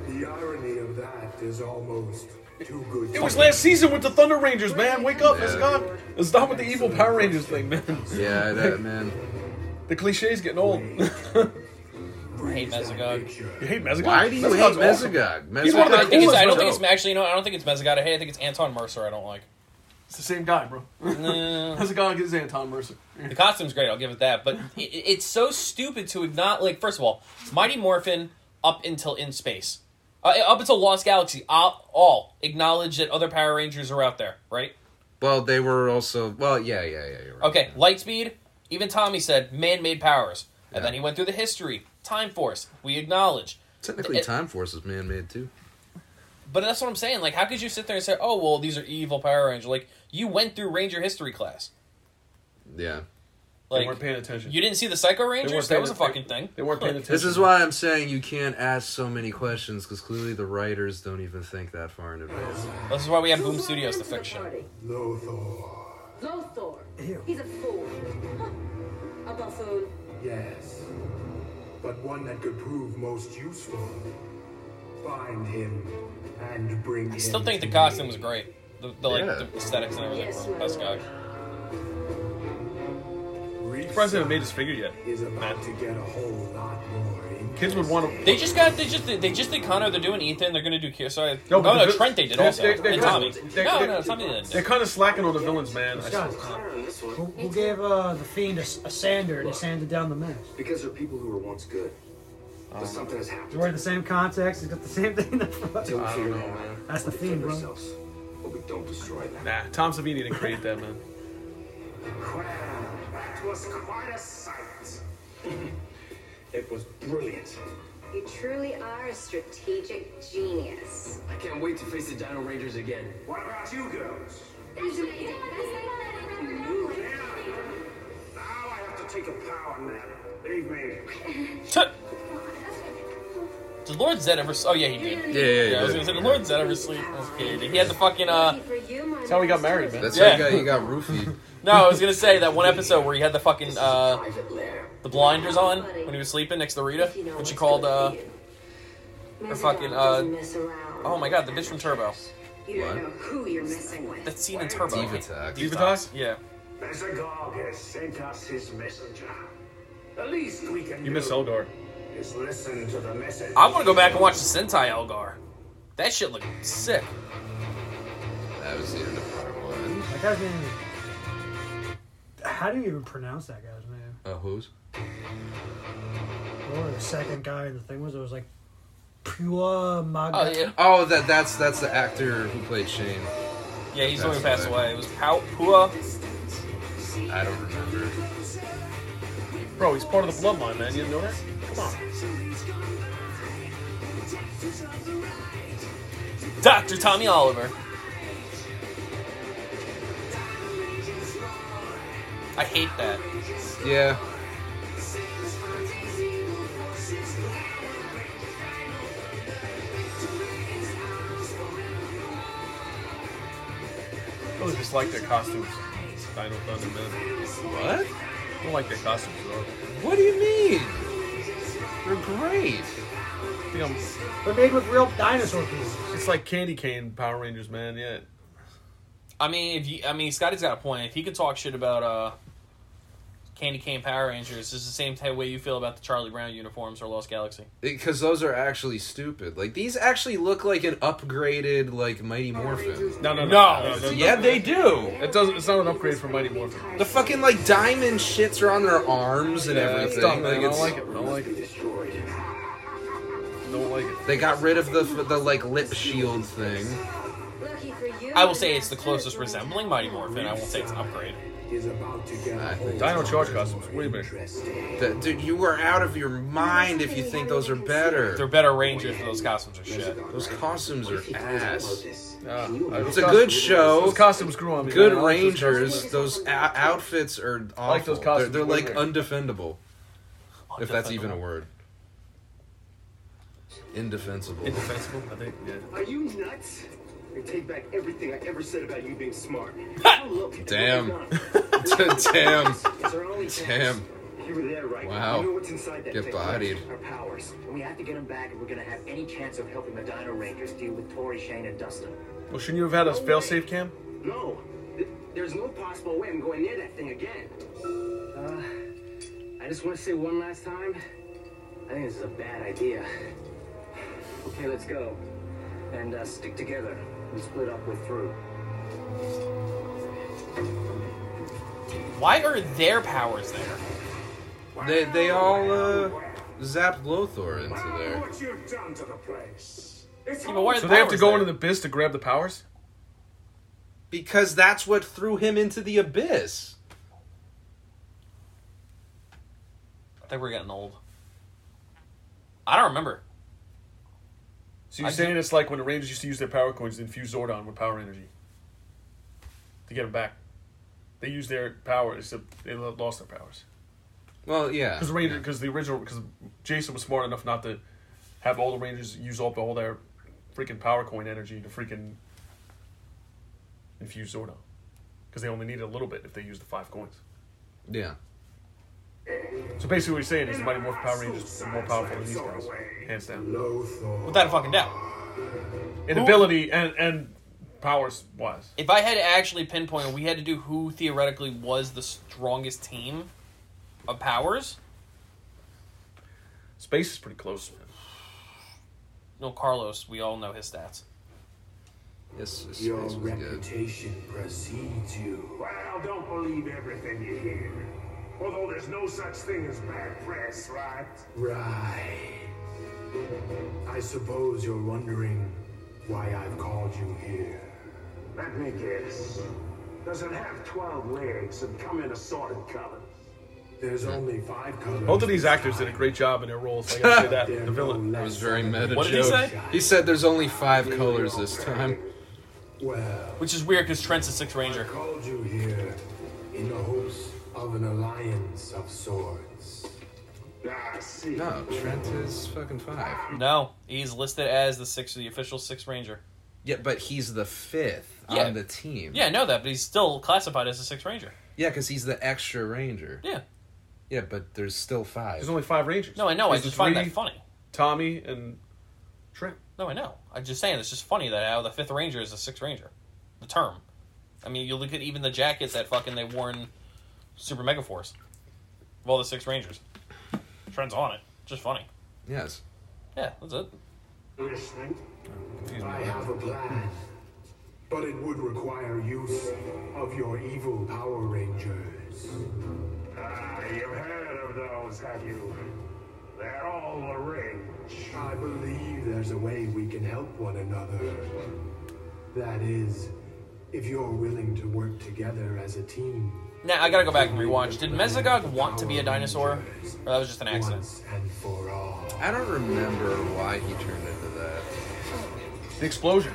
The irony of that is almost too good.
It was last season with the Thunder Rangers, man. Wake up. It's
Yeah.
gone. It's done with the evil Power Rangers thing, man.
Yeah, that man.
The cliche's getting old.
I hate Mezogog.
[LAUGHS] You hate Mezogod?
Why do you hate
Mezogod's awesome.
Mesogog? Mesogog
He's one of the
I think it's, I don't
Coolest
think it's
show.
actually. You know, I don't think it's Mezogod. Hey, I think it's Anton Mercer. I don't like.
It's the same guy,
[LAUGHS]
bro. Mezogod is Anton Mercer.
The costume's great, I'll give it that, but it, it's so stupid to not like. First of all, Mighty Morphin up until In Space, uh, up until Lost Galaxy, I'll, all acknowledge that other Power Rangers are out there, right?
Well, they were also. Well, yeah, yeah, yeah. You're right.
Okay, Lightspeed. Even Tommy said man-made powers, and then
Yeah.
he went through the history. Time Force, we acknowledge,
Technically,
It-
Time Force is man-made too.
but that's what I'm saying. Like, how could you sit there and say, "Oh, well, these are evil Power Rangers"? Like, you went through Ranger history class.
Yeah.
they
Like,
weren't paying attention.
you didn't see the Psycho Rangers?
weren't
That
paying
was a
atten-
fucking thing.
They weren't paying
Like,
attention.
This is why I'm saying you can't ask so many questions because clearly the writers don't even think that far in advance.
This is why we have Boom Studios to fix shit.
Lothor.
Lothor. He's a fool. Huh. A buffoon.
Yes. But one that could prove most useful. Find him and bring him.
I still think the
to
costume
me.
was great. The, the like
Yeah.
the aesthetics and everything.
Yes,
were best guy.
Reef
Surprised they haven't made his figure yet.
is about to get a whole lot more.
Kids would want to.
They just got they just they just did Connor. They're doing Ethan. They're gonna do Ki- sorry.
No,
No,
but
no,
the-
Trent. They did
they-
also.
they- they-
and Tommy.
they-
no,
they-
no, Tommy didn't.
They're kind of slacking on the villains, man. I
Scott,
Connor on this
who,
one.
who gave uh, the fiend a, s- a sander and he sanded down the mess?
Because they're people who were once good. But something has happened.
He's wearing the same contacts. He's got the same [LAUGHS] thing. in the front.
Until we figure it out, man.
That's the
we
theme,
defend
bro.
ourselves, But we don't destroy them.
nah, Tom Savini didn't create that, man.
Well, that was quite a sight.
[LAUGHS] It was brilliant.
You truly are a strategic genius.
I can't wait to face the Dino Rangers again.
What about you girls?
There's amazing.
Now I have to take a power nap. Leave me.
Tut. [LAUGHS] Did Lord Zed ever? s- Oh yeah, he did.
Yeah, yeah, he
I was
did.
gonna say, did Lord Zed ever sleep? Okay, he did. He had the fucking uh.
That's how we got married, man.
That's
Yeah.
how you got, you got [LAUGHS] roofied.
No, I was gonna say that one episode where he had the fucking uh, the blinders on when he was sleeping next to Rita, which she called uh, the fucking uh. Oh my god, the bitch from Turbo.
You don't
What?
know who you're messing with.
That scene in Turbo.
Diva Talk.
Diva
Talk?
Talk? Yeah.
Mesogog has sent us his messenger. The least we can
You
do
miss Eldar.
is listen to the message.
I want to go back and watch the Sentai Elgar. That shit looked sick.
That was the end of part one.
That guy's name. How do you even pronounce that guy's name?
Uh, who's?
Or the second guy in the thing was it was like Pua Maga.
Oh yeah,
Oh, that that's that's the actor who played Shane.
yeah. He's the one who
Passed
passed
away.
away. It was Pau Pua.
I don't remember.
Bro, he's part of the bloodline, man. You didn't know that? Come on.
Dr. Tommy Oliver. I hate that.
Yeah.
I really just like their costumes. I don't understand.
What?
I don't like their costumes at all.
What do you mean? They're great.
I think I'm
They're made with real dinosaur pieces.
It's like Candy Cane Power Rangers, man. Yeah.
I mean, if you, I mean, Scotty's got a point. If he could talk shit about uh, Candy Cane Power Rangers, it's the same type way you feel about the Charlie Brown uniforms or Lost Galaxy.
Because those are actually stupid. Like these actually look like an upgraded like Mighty Morphin.
No, no,
No.
Yeah, they do.
It doesn't. It's not an upgrade from Mighty Morphin.
The fucking like diamond shits are on their arms and
Yeah, it's
everything.
dumb,
like,
man. I
it's,
don't like it. I don't like it. Don't like it.
They got rid of the the like lip shield thing.
Lucky for you.
I will say it's the closest resembling Mighty Morphin. I won't say it's an upgrade.
Is about to get
I think
Dino Charge costumes. Wait a minute.
That, dude, you are out of your mind if you think those are
They're
better.
better Rangers, but those costumes are shit.
Those costumes are ass.
Uh,
It's a good show.
Those costumes grew on me.
Good
man. I like those
Rangers.
costumes.
Those ou- outfits are awful.
like those costumes.
They're, they're like
Wait a
undefendable, if that's even a word.
[LAUGHS]
Indefensible. [LAUGHS]
Indefensible, I think. Yeah.
Are you nuts? I take back everything I ever said about you
[LAUGHS]
being smart.
Damn. Damn. [LAUGHS] Damn.
You were there, right?
Wow.
You know what's inside that
Get
thing.
bodied.
Our powers. And we have to get them back if we're going to have any chance of helping the Dino Rangers deal with Tori, Shane, and Dustin.
Well, shouldn't you have had a failsafe cam?
No. Th- There's no possible way I'm going near that thing again. Uh, I just want to say one last time. I think this is a bad idea. [SIGHS] Okay, let's go. And uh, stick together. We split up, we're through.
Why are their powers there?
They they all uh, zapped Lothor into there.
What you've done to the place. It's
Yeah, but why are
So
the
they have to
powers
go
there?
into the abyss to grab the powers?
Because that's what threw him into the abyss.
I think we're getting old. I don't remember.
So you're
I
saying it's like when the Rangers used to use their power coins to infuse Zordon with power energy to get him back. They used their power, except they lo- lost their powers.
Well, yeah.
Because Ranger, because the original, because Jason was smart enough not to have all the Rangers use up all their freaking power coin energy to freaking infuse Zordon. Because they only needed a little bit if they used the five coins.
Yeah.
So basically, what you're saying is the Mighty Morphin Power Rangers are more powerful than these guys, hands down,
Without a fucking doubt.
in ability and and powers wise.
If I had to actually pinpoint, we had to do who theoretically was the strongest team of powers.
Space is pretty close. Man.
No, Carlos. We all know his stats.
Yes, yes, yes, was good.
precedes you. Well, don't believe everything you hear. Although there's no such thing as bad press, right? Right. I suppose you're wondering why I've called you here. Let me guess. Does it have 12 legs and come in assorted colors? There's only five colors.
Both of these actors did a great job in their roles. I gotta
[LAUGHS]
say that the villain.
It was very meta.
What did he
joke.
say?
He said there's only five colors this time.
Well,
Which is weird because Trent's a Sixth Ranger.
called you here in the hopes of an alliance of sorts. Ah, I see.
No, Trent is fucking five.
No, he's listed as the sixth, the official sixth ranger.
Yeah, but he's the fifth
Yeah.
on the team.
Yeah, I know that, but he's still classified as the sixth ranger.
Yeah, because he's the extra ranger.
Yeah.
Yeah, but there's still five.
There's only five Rangers.
No, I know. I
There's
just
the
find that
three,
funny.
Tommy and Trent.
No, I know. I'm just saying it's just funny that how the fifth ranger is the sixth ranger, the term. I mean, you look at even the jackets that fucking they wore in Super Mega Force. Of all the six rangers, Trent's on it. Just funny.
Yes.
Yeah, that's it.
Listening. I have a plan. But it would require use of your evil Power Rangers. Ah, you've heard of those, have you? They're all the rage. I believe there's a way we can help one another. That is, if you're willing to work together as a team.
Now I gotta go back and rewatch. Did Mesogog want to be a dinosaur, or that was just an accident?
And for all.
I don't remember why he turned into that.
The explosion.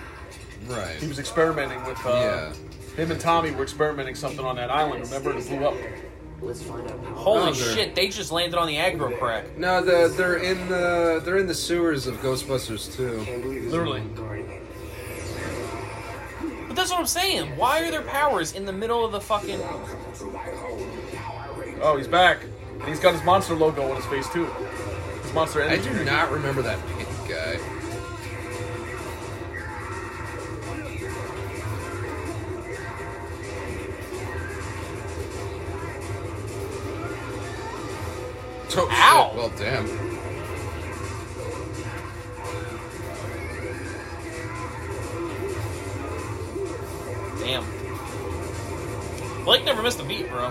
He
Right.
was experimenting with. Uh, Him and Tommy were experimenting something on that island. Remember, and it blew up.
Let's find out how.
Holy
Oh, they're-
shit! They just landed on the aggro crack.
No, the, they're in the they're in the sewers of Ghostbusters too.
I believe there's
Literally.
one guarding it.
But that's what I'm saying. Why are their powers in the middle of the fucking?
Oh, he's back. And he's got his monster logo on his face too. His monster
I
energy.
do not remember that pink guy. Oh,
Ow!
Shit. Well, damn.
Damn. Blake never missed a beat, bro.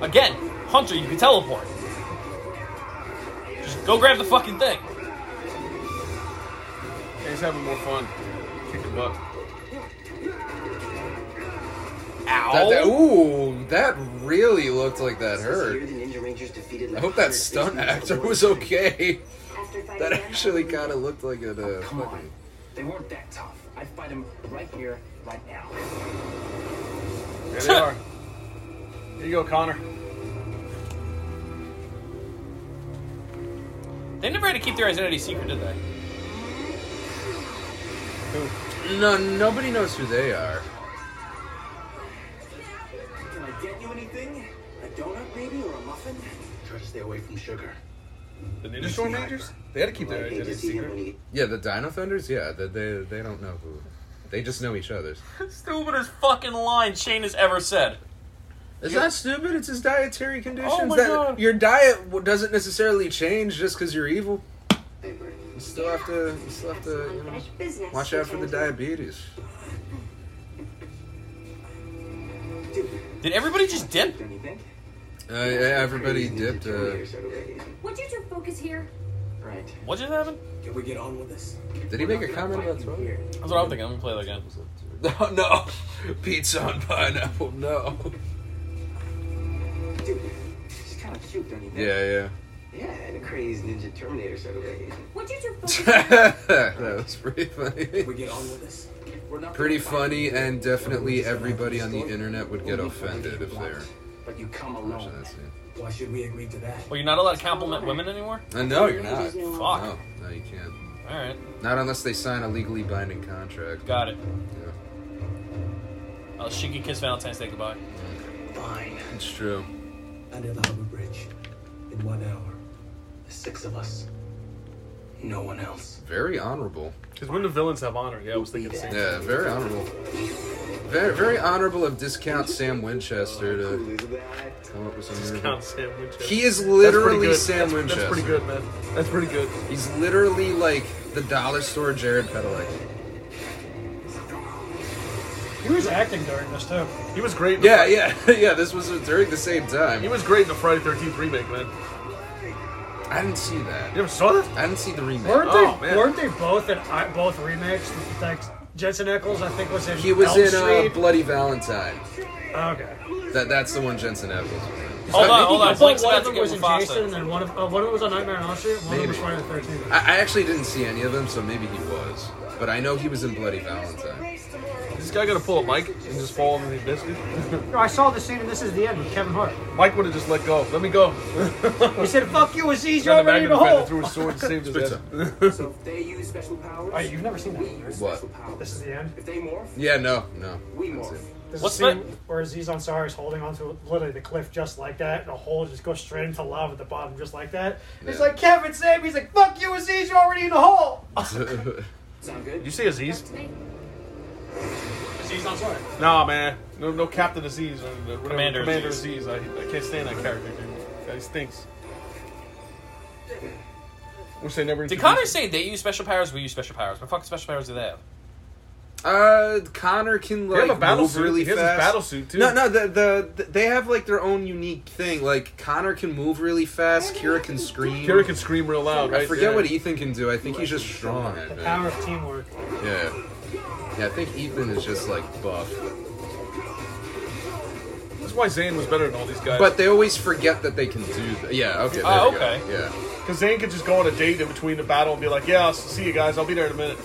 Again, Hunter, you can teleport. Just go grab the fucking thing.
He's having more fun. Kicking butt.
That, that,
Ow!
ooh, that really looked like that
This year,
hurt.
the Ninja Rangers defeated
I
like
hope that
150
stunt
people
actor
before
was
the tournament.
okay.
After fighting
That
them,
actually kind of looked like it. Uh,
Come on.
fucking-
They weren't that tough. I'd fight them right here, right now.
[LAUGHS]
There they are. There you go, Connor.
They never had to keep their identity secret, did they?
No, nobody knows who they are.
Can I get you anything? A donut, maybe, or a muffin? Try to stay away from sugar.
The Ninja Storm Rangers? They had to keep their
Like, they
identity
just see him when
secret.
he
Yeah, the Dino Thunders. Yeah, they they, they don't know who. They just know each other's.
Stupidest fucking line Shane has ever said.
It's not stupid. It's his dietary conditions.
my
that
God.
your diet w- doesn't necessarily change just because you're evil.
over.
You still have to. You still have to. You know,
Unfinished business.
watch out for the
Pretend
diabetes.
Did everybody just dip?
Don't you think?
Uh, yeah, everybody dipped. Uh, [LAUGHS]
Would you two focus here?
Right.
What just happened?
Can we get on with this?
did he make a comment about Tony?
That's what I'm thinking. Let me play that again.
No, no. Pizza on pineapple. No.
Dude, she's kind of cute, don't you think?
Yeah,
Yeah, and a crazy ninja Terminator sort of way.
Would you
[LAUGHS]
two focus here?
yeah. that was pretty funny.
We get on with this. We're not
Pretty
gonna fight
funny,
you.
and definitely everybody on the internet would get
Only if I
offended
get
if they were
blocked. But you come
watching
alone.
that scene.
Why should we agree to that?
Well, you're not allowed to compliment women anymore?
Uh, no, you're not.
No.
Fuck.
No, no, you can't.
Alright,
Not unless they sign a legally binding contract.
got it.
Yeah.
Oh, she could kiss Valentine's Day goodbye.
Fine.
It's true.
Under the harbor bridge. In one hour. The six of us. No one else.
[LAUGHS] Very honorable.
Because when do villains have honor? Yeah, I was thinking the same.
Yeah, very honorable. Very, very honorable of discount Sam Winchester to come up with something.
Count Sam Winchester.
He is
That's pretty
literally
good.
Sam
that's,
Winchester.
That's pretty good, man. That's pretty good.
He's literally like the dollar store Jared Padalecki.
He was acting during this too.
He was great. In
Yeah,
the,
yeah, [LAUGHS] yeah. This was during the same
He
time.
was great in the Friday Thirteenth remake, man.
I didn't see that.
You ever saw that?
I didn't see the remake.
Weren't
Oh,
they?
man.
Weren't they both in I, both remakes? Like Jensen Ackles, I think was in.
He was
Elm
in uh,
Street.
Bloody Valentine.
okay.
That that's the one Jensen Ackles. was in.
Hold on, hold
I
on.
thought
Blake's
one
about
of
to
them
get
was in Jason, and
Mufasa.
then one of uh, one of them was on Nightmare on Elm Street, and one of them was
Maybe.
Friday the Thirteenth.
I, I actually didn't see any of them, so maybe he was. But I know he was in Bloody Valentine.
This guy gonna pull a Mike and just fall into the abyss? dude?
No, I saw this scene and this is the end with Kevin Hart.
Mike would have just let go. Let me go.
He said, "Fuck you, Aziz, you're
Ran
already in the
defender,
hole."
threw his sword, and saved his ass.
so if they use special powers,
Alright, you've never seen that.
we use
What?
special powers.
This is the end.
If they morph,
Yeah, no, no. [LAUGHS]
we
That's
morph.
it.
There's
What's
a scene where Aziz Ansari is holding onto literally the cliff just like that, and a hole just goes straight into lava at the bottom just like that. And He's
Yeah.
like, Kevin, save me! He's like, fuck you, Aziz, you're already in the hole!
Sound good?
You see Aziz?
To me,
Aziz Ansari.
Nah, man. No, no Captain Aziz or the- whatever.
Commander
Commander
Aziz.
Aziz. I, I can't stand that character, dude. That stinks. Wish they never.
Did
introduced
Connor
him.
say they use special powers? We use special powers. What fucking special powers do they have?
Uh, Connor can
They
like
have a battle
move
suit.
really
He has his
fast.
battle suit, too.
No, no, the, the the- they have like their own unique thing. Like Connor can move really fast. Kira can scream.
Kira can scream real loud, right?
I forget
Yeah.
what Ethan can do. I think he's just strong.
The
At it.
power of teamwork.
Yeah, yeah. I think Ethan is just like buff.
That's why Zayn was better than all these guys.
But they always forget that they can do that. Yeah, okay. there
Oh,
we go.
okay.
Yeah.
Because Zane could just go on a date in between the battle and be like, yeah, I'll see you guys, I'll be there in a minute. [LAUGHS]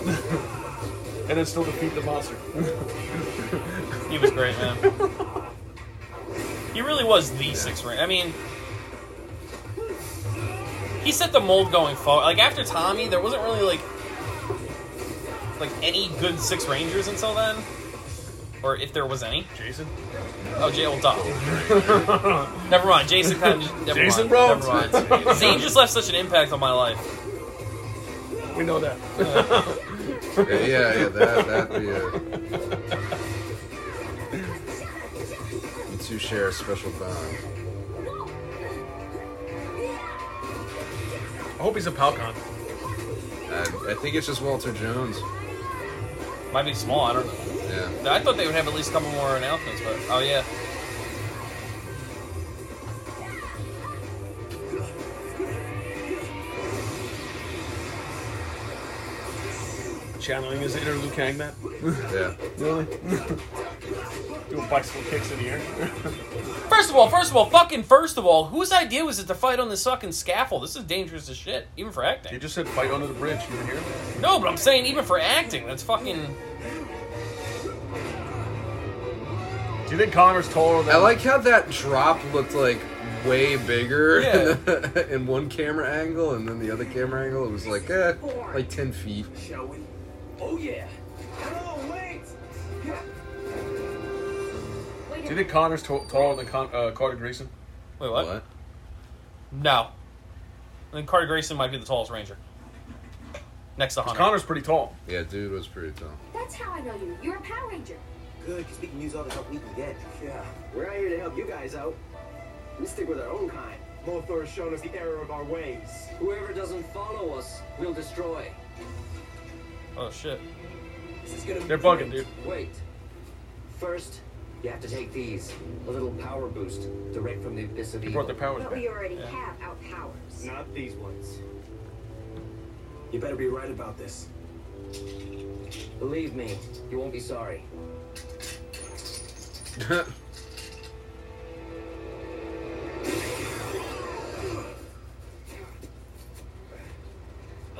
and then still defeat the monster.
He was great, man. he really was the six ring. I mean, he set the mold going forward. Like after Tommy, there wasn't really like like any good six rangers until then, or if there was any.
Jason?
Oh, Jay old Doc. never mind. Jason kind of. Never
Jason
mind,
Rhodes.
Never mind. Zane just left such an impact on my life.
We know that.
Yeah, yeah, yeah, that, that'd be a... You two share a special bond.
I hope he's a Palcon.
I, I think it's just Walter Jones.
Might be small. I don't know.
Yeah.
I thought they would have at least a couple more announcements, but oh yeah.
Channeling his inner Liu Kang, that?
Yeah.
Really? Doing bicycle kicks in the air.
First of all, first of all, fucking first of all, whose idea was it to fight on this fucking scaffold? This is dangerous as shit, even for
[LAUGHS] He
acting.
just said fight under the bridge. You hear?
No, but I'm saying even for acting, that's fucking.
Do you think Connor's taller than
I like how that drop looked like way bigger [LAUGHS]
Yeah.
in, the- in one camera angle, and then the other camera angle it was like eh, like ten feet.
Shall we? Oh yeah. Oh wait.
wait
Do
a
you
minute.
think Connor's t- taller than Con- uh, Carter Grayson?
Wait, what? No. I think Carter Grayson might be the tallest ranger. Next to
'Cause
Hunter.
Connor's pretty tall.
Yeah, dude was pretty tall.
That's how I know you. You're a Power Ranger.
Good, because we can use all the help we can get. Yeah. We're out here to help you guys out. We stick with our own kind. Multhor has shown us the error of our ways. Whoever doesn't follow us, we'll destroy.
oh shit.
This is gonna be
They're bugging,
great.
dude.
Wait. First, you have to take these. A little power boost, direct from the abyss of
He
evil.
brought their powers
But
back.
we already have our powers.
Not these ones. You better be right about this. Believe me, you won't be sorry.
[LAUGHS]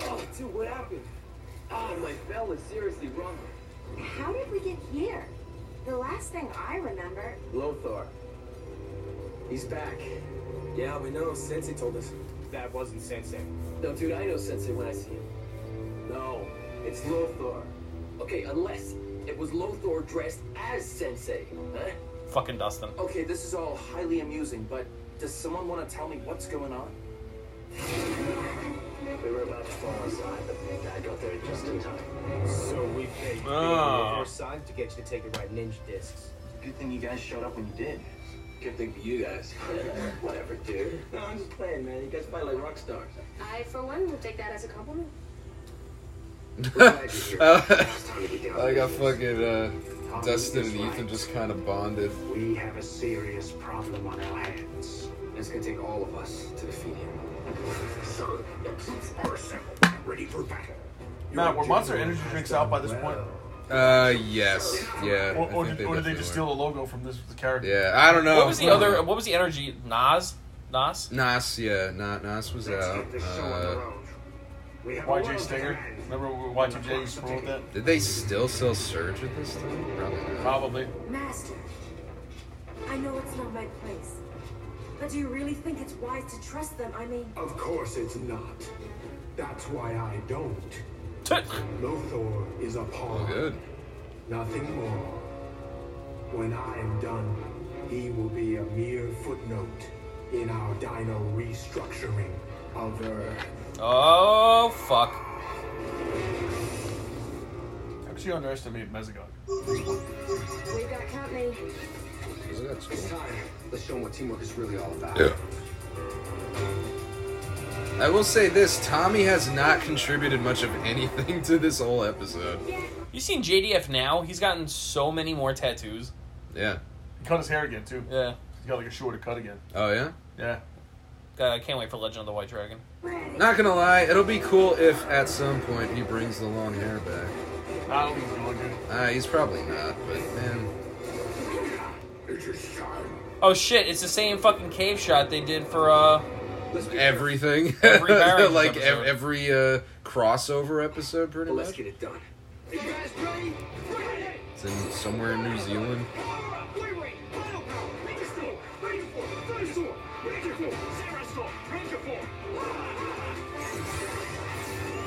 Oh, dude, what happened? Ah, my bell is seriously wrong.
How did we get here? The last thing I remember.
Lothar. He's back. Yeah, we know. Sensei told us. That wasn't Sensei. No, dude, I know Sensei when I see him. No, it's Lothar. Okay, unless it was Lothar dressed as Sensei. Huh?
Fucking Dustin.
Okay, this is all highly amusing, but does someone want to tell me what's going on? We were about to fall aside, but I got there just in time. So we paid
Ah.
for signs to get you to take it right ninja discs. Good thing you guys showed up when you did. Good thing for you guys. [LAUGHS] Whatever, dude. No, I'm just playing, man. You guys fight like rock [LAUGHS] stars.
I, for one, would take that as a compliment.
Uh,
[LAUGHS]
I got fucking uh, Dustin and Ethan just kind of bonded.
We have a serious problem on our hands.
It's gonna take all of us to defeat him.
Sir, the troops are assembled, ready for battle.
Matt, were Monster Energy drinks out by this point?
Uh, yes, yeah.
Or,
I
or,
think
did, or did they
definitely
just
were.
steal the logo from this character?
Yeah, I don't know. Uh,
What was the other? What was the energy? Nas. Nas.
Nas, yeah, Na- Nas was
Let's
out.
get this show on the
Uh,
road. We have a
YJ
world
Stinger.
at hand.
Remember when YTJ wrote that?
Did they still sell Surge at this time? Probably not.
Probably.
Master, I know it's not my place, but do you really think it's wise to trust them? I mean,
Of course it's not. That's why I don't. Lothor is a pawn.
Oh, good.
Nothing more. When I am done, he will be a mere footnote in our dino restructuring of Earth.
Oh fuck!
How could you underestimate Mezagog?
We've got company.
So that's
It's
cool.
time. Let's show 'em what teamwork is really all about.
I will say this: Tommy has not contributed much of anything [LAUGHS] to this whole episode.
You seen JDF now? He's gotten so many more tattoos.
Yeah.
He cut his hair again too.
Yeah,
He's got like a shorter cut again.
Oh yeah.
Yeah.
uh, I can't wait for Legend of the White Dragon.
Not gonna lie, it'll be cool if at some point he brings the long hair back.
I don't think he's gonna look good.
Uh, he's probably not, but man,
It is time.
Oh shit! It's the same fucking cave shot they did for uh.
Let's
[LAUGHS]
be
everything
Every Barry's
like ev-
episode.
every uh, crossover episode, pretty
Well, let's
much.
get it done.
You guys ready? Ready!
It's in somewhere in New Zealand.
Power up! Wait, wait! Final power! Ranger Storm! Ranger Form! Thunder Storm! Ranger Form! Sarah Storm! Ranger Form!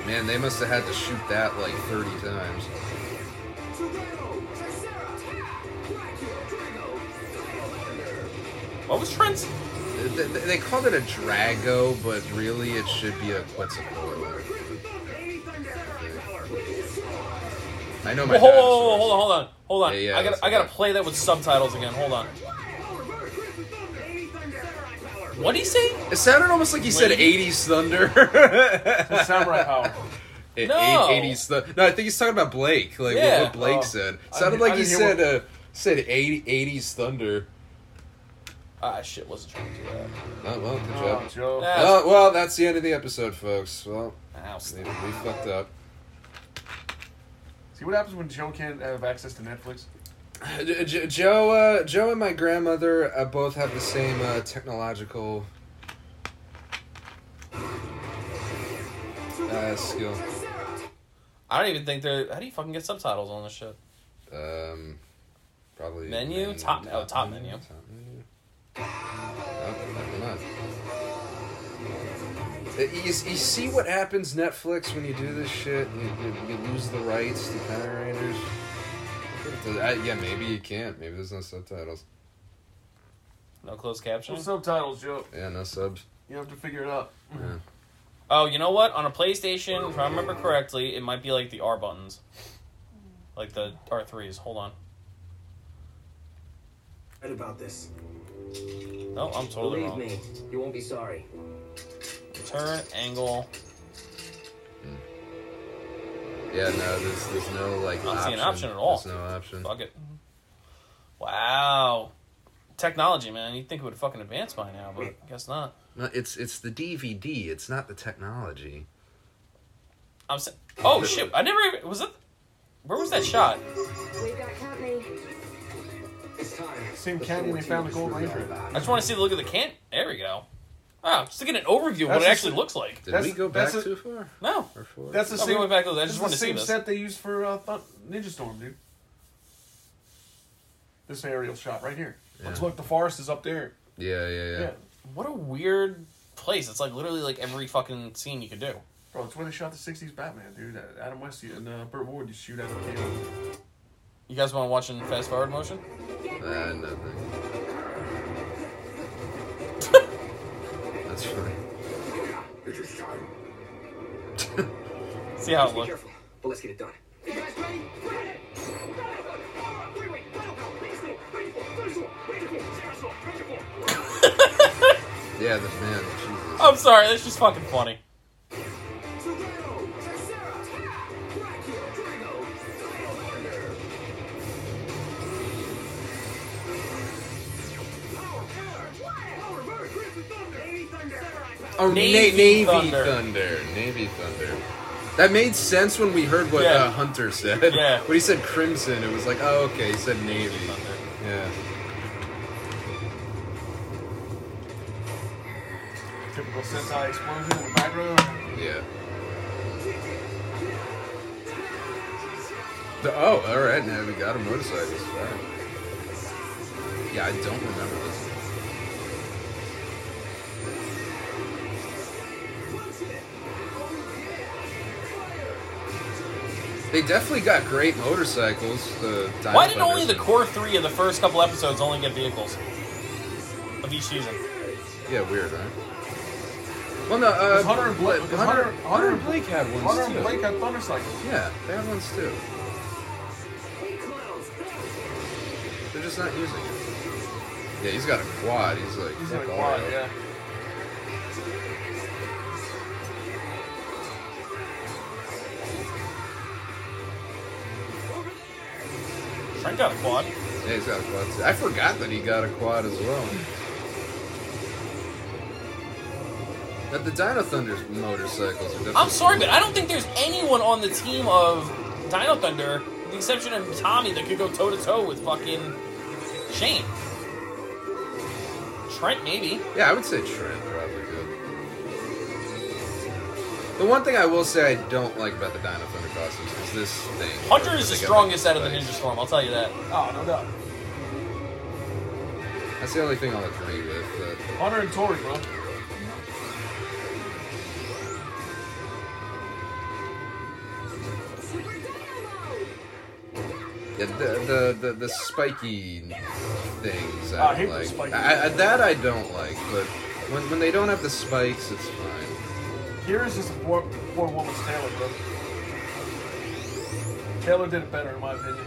Man, they must have had to shoot that like 30 times.
Tornado! Sarah! Dracula! Drago! Style
What was Trent's?
They, they- they called it a Drago, but really it should be a Quetzalcoatl.
Thunder! Thunder! Samurai Power!
I know my
Whoa, whoa,
dinosaurs.
whoa, whoa, hold on, hold on, hold on.
Yeah, yeah,
I gotta,
that's
I gotta
okay.
play that with subtitles again. Hold on.
Power! Vertical Crimson Thunder! Thunder! Samurai Power!
What would he say?
It sounded almost like he said
Wait.
80s [LAUGHS] thunder.
It's samurai
[LAUGHS]
power.
It-
No.
80s thunder. No, I think he's talking about Blake, like what-
Yeah.
what, Blake
Oh.
said.
I
sounded
didn't-
like
I
he
didn't hear
said uh, said 80, 80s thunder.
Ah shit, wasn't trying to do that.
Oh, well, good
Oh,
job.
Joe.
Yeah.
Well, well, that's the end of the episode, folks. Well,
Ow,
we,
snap.
we fucked up.
See what happens when Joe can't have access to Netflix?
J- J- Joe, uh, Joe, and my grandmother uh, both have the same uh, technological uh, skill.
I don't even think they're. How do you fucking get subtitles on this shit?
Um, probably
Menu? Top- oh, top menu.
Top menu. Oh, never mind. Uh, You, you see what happens Netflix when you do this shit? You, you, you lose the rights to Power Rangers. Uh, yeah, maybe you can't. Maybe there's no subtitles.
No closed captioning.
subtitles, Joe.
Yeah, no subs.
You have to figure it out.
Mm-hmm.
Yeah.
Oh, you know what? On a PlayStation, if I remember correctly, it might be like the R buttons, like the R threes. Hold on.
Right about this.
No, I'm totally
Believe
wrong.
me, you won't be sorry.
Turn angle.
Yeah, no, there's, there's no like.
I don't see an option at all.
There's no option.
Fuck it. Wow. Technology, man. You'd think it would fucking advance by now, but guess not.
No, it's it's the DVD. It's not the technology.
I'm. Sa- oh shit! I never even was it. Where was that shot?
We've got company.
It's time.
Same canyon
Let's show 'em
they
what
found the
teamwork is
Gold
really all
Ranger.
about.
I just want to see the look of the can. There we go. Oh, just to get an overview of what
That's
it
just-
actually looks like.
Did
That's-
we go back
that's a-
too far
No.
or forward?
That's the
Oh, we
same.
went back to those. I
that's
just
the
wanted to see
same
this.
set they used for uh, Thun- Ninja Storm, dude. This aerial shot right here. Let's
Yeah.
look. The forest is up there.
yeah, yeah, yeah,
Yeah.
What a weird place. It's like literally like every fucking scene you could do.
bro, it's where they shot the '60s Batman, dude. Uh, Adam West and uh, Burt Ward you shoot out of the camera.
You guys want to watch in fast forward motion?
Uh, [LAUGHS] nothing. That's [LAUGHS] funny.
It is time.
See how it
Be
looks.
careful, but let's get it done.
You guys ready? Ready! Battle Thunder! Power up! Wait, wait! Battle Power! Ranger Storm! Ranger Form! Thunder Storm! Ranger Form! Sarah Storm! Ranger Form!
Yeah, the man. Jesus.
I'm sorry. That's just fucking funny.
Tornado! Sarah! Dracula! Drago! Style Thunder! Power! Power! Power! Bird! Crimson Thunder! Lady Thunder! Samurai Power!
Oh,
Navy
Navy, Navy
Thunder.
Thunder. Navy Thunder. That made sense when we heard what
Yeah.
uh, Hunter said.
Yeah.
[LAUGHS] When he said Crimson, it was like, oh, okay, he said Navy. Yeah.
Typical Sentai explosion with Magro.
Yeah. The- oh, all right. Now we got a motorcycle. All right. Yeah, I don't remember this. They definitely got great motorcycles. The
Why did only
Dinofighters.
the core three of the first couple episodes only get vehicles of each season?
Yeah, weird, right? Well, no, uh,
Because Hunter and Blake,
Hunter, Hunter, and Blake had ones
Hunter
too.
and Blake had Thundercycles.
Yeah, they have ones too. They're just not using it. Yeah, he's got a quad. He's like,
He's
fuck
like,
all
why?
that.
Yeah.
Trent got a quad.
Yeah, he's got a quad. Too. I forgot that he got a quad as well. But the Dino Thunder motorcycles are definitely.
I'm sorry, but I don't think there's anyone on the team of Dino Thunder, with the exception of Tommy, that could go toe to toe with fucking Shane. Trent, maybe.
Yeah, I would say Trent probably could. The one thing I will say I don't like about the Dino Thunder costumes is this thing.
Hunter is the
They got,
strongest
like,
out of the
like-
Ninja Storm, I'll tell you that.
Oh, no doubt.
That's the only thing I'll agree with. But
Hunter and Tori, bro.
yeah, the, the, the, the spiky things
I
I,
hate
don't
the
like.
spiky
I, I, that I don't like, but when, when they don't have the spikes, it's fine.
Here is just a poor, poor woman's Taylor, bro. Taylor did it better, in my opinion.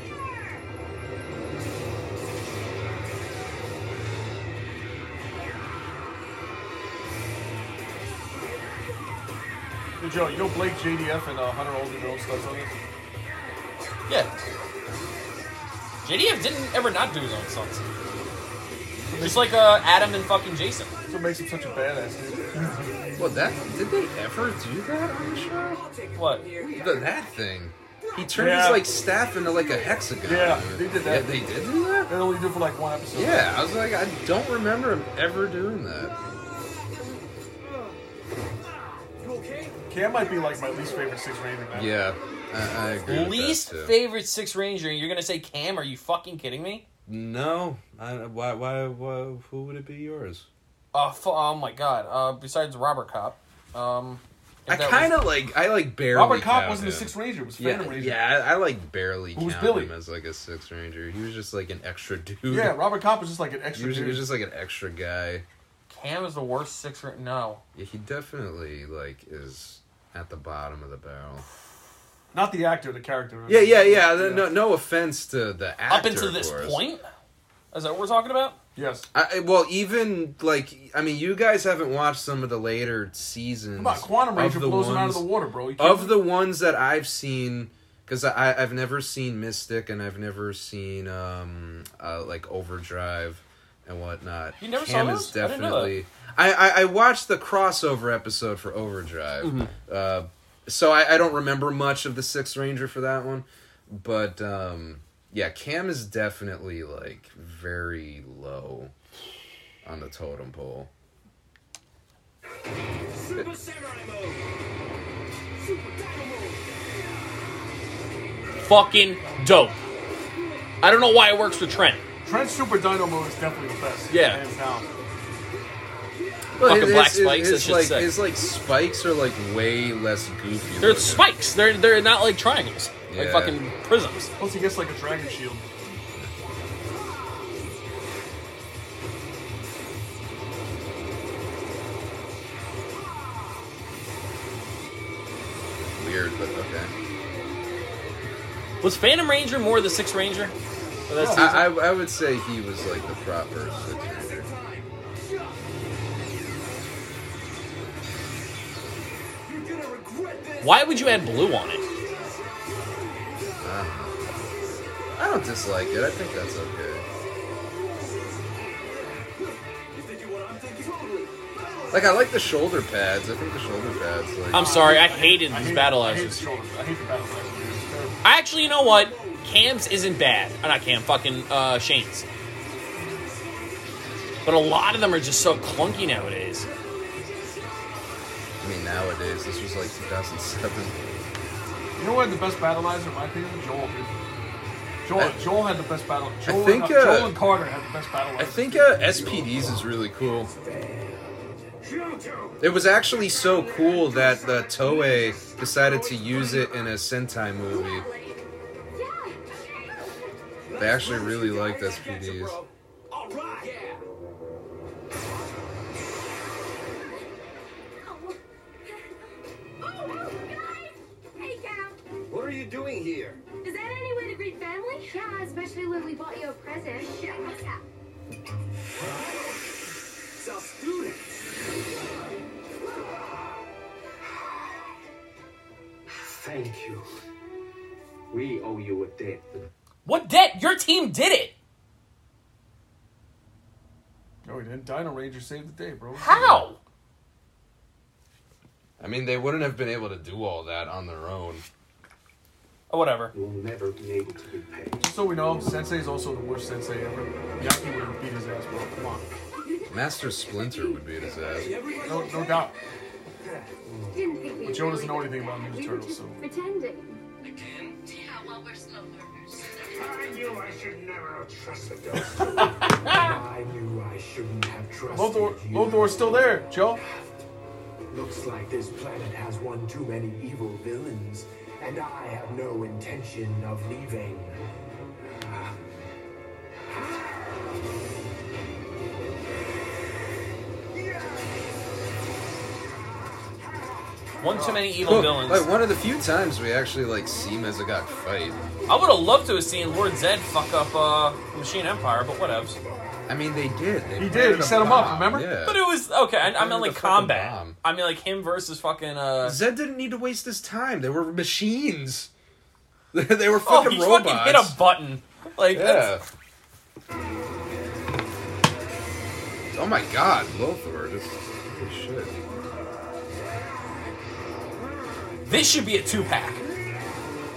Hey, Joe, you know Blake JDF and uh, Hunter Olden Girl studs on this?
Yeah. JDF didn't ever not do his own stunts. Just like uh, Adam and fucking Jason.
That's what makes him such a badass, dude.
Well, that did they ever do that on the show?
What?
The, that thing. He turned
Yeah.
his like staff into like a hexagon.
Yeah, they did that.
Yeah, they did do that.
They only did for like one episode.
Yeah, I was like, I don't remember him ever doing that.
Cam might be like my least favorite Six Ranger man.
Yeah, I, I agree. with that,
Least
too.
favorite Six Ranger, you're gonna say Cam? Are you fucking kidding me?
No, I, why, why, why? Who would it be yours?
Uh, fu- oh my god. Uh, besides Robert Cop, um, if
I
that was-
kind of like. I like barely.
Robert Cobb
count
wasn't
him.
a Six Ranger, it was Phantom
Yeah,
Ranger.
yeah, I, I like barely
Who was
count
Billy?
him as like a six ranger. He was just like an extra [LAUGHS] dude.
Yeah, Robert Cobb was just like an
he
extra
was, he
dude.
was just like an extra guy.
Cam is the worst Six Ranger. No,
Yeah, he definitely like is at the bottom of the barrel.
Not the actor, the character.
Yeah, yeah, yeah. th- No, no offense to the actor.
up until
of
this
course.
point. Is that what we're talking about?
Yes.
I, I- well, even like I mean, you guys haven't watched some of the later seasons.
Come on, Quantum Ranger
of the
blows him out of
ones-
the water, bro. You
of
can't-
the ones that I've seen, because I I've never seen Mystic and I've never seen um uh, like Overdrive and whatnot.
You never saw
Cam
those?
is
I didn't know that.
definitely. I, I I watched the crossover episode for Overdrive,
Mm-hmm.
uh, so I I don't remember much of the Sixth Ranger for that one, but um yeah, Cam is definitely like very low on the totem pole.
Super Samurai mode. Super Dynamo.
Fucking dope. I don't know why it works for Trent.
Trent's Super Dino mode is definitely the best.
Yeah.
hands down.
Well,
Fucking
his-
black
his-
spikes,
his,
that shit's
like
sick.
his like spikes are like way less goofy.
They're
looking.
spikes. They're they're not like triangles. Like
Yeah.
fucking prisms.
Plus, he gets like a dragon shield.
Weird, but okay.
Was Phantom Ranger more the Six Ranger? Or that's-
I, I, I would say he was like the proper six ranger.
Why would you add blue on it?
I don't dislike it. I think that's okay. Like I like the shoulder pads. I think the shoulder pads like.
I'm sorry, I hated
I
these
hate-
battle
I hate the
axes.
shoulder. I hate the battle axes. dude. It's terrible.
Actually, you know what? Cam's isn't bad. Uh, not Cam, fucking uh, Shane's. But a lot of them are just so clunky nowadays.
I mean, nowadays, this was like 2007.
You know what the best battle lines, in my opinion? Joel, dude. Joel,
I-
Joel had the best battle. Joel,
think,
and,
uh,
Joel and Carter had the best battle
I
lines.
think uh, SPDs is really cool. It was actually so cool that the Toei decided to use it in a Sentai movie. They actually really liked SPDs.
Oh, Hey, Cal.
What are you doing here?
Is that any way to greet family? Yeah, especially when we bought you a present. Yeah.
Some student. Thank you. We owe you a debt.
What debt? Your team did it.
No, he didn't. Oh, Dino Ranger saved the day, bro.
How?
I mean, they wouldn't have been able to do all that on their own.
Oh, whatever.
We'll never be able to repay.
So we know, Sensei is also the worst Sensei ever. Yaki would have beat his ass, bro. Come on.
Master Splinter would be a disaster.
No, no doubt.
Didn't think we
But Joe doesn't know anything about Ninja Turtles, so.
pretending. [LAUGHS]
I knew I should never have trusted those.
[LAUGHS]
two.
I knew I shouldn't have trusted
Lothor,
you.
Lothor's still there, Joe.
Looks like this planet has one too many evil villains, and I have no intention of leaving.
One too many evil villains.
Like one of the few times we actually like see Mezogok fight.
I would have loved to have seen Lord Zed fuck up uh, Machine Empire, but whatevs.
I mean, they did. They
He did,
planted
he
a
set him up,
bomb,
remember?
Yeah.
But it was okay. I, I
Planted
meant like
a fucking
combat.
bomb.
I mean like him versus fucking uh.
Zed didn't need to waste his time. They were machines. [LAUGHS] they were
Oh,
fucking
he
robots.
fucking hit a button. Like
yeah.
that's,
Oh my god, Lothor. This, this shit.
this should be a two pack.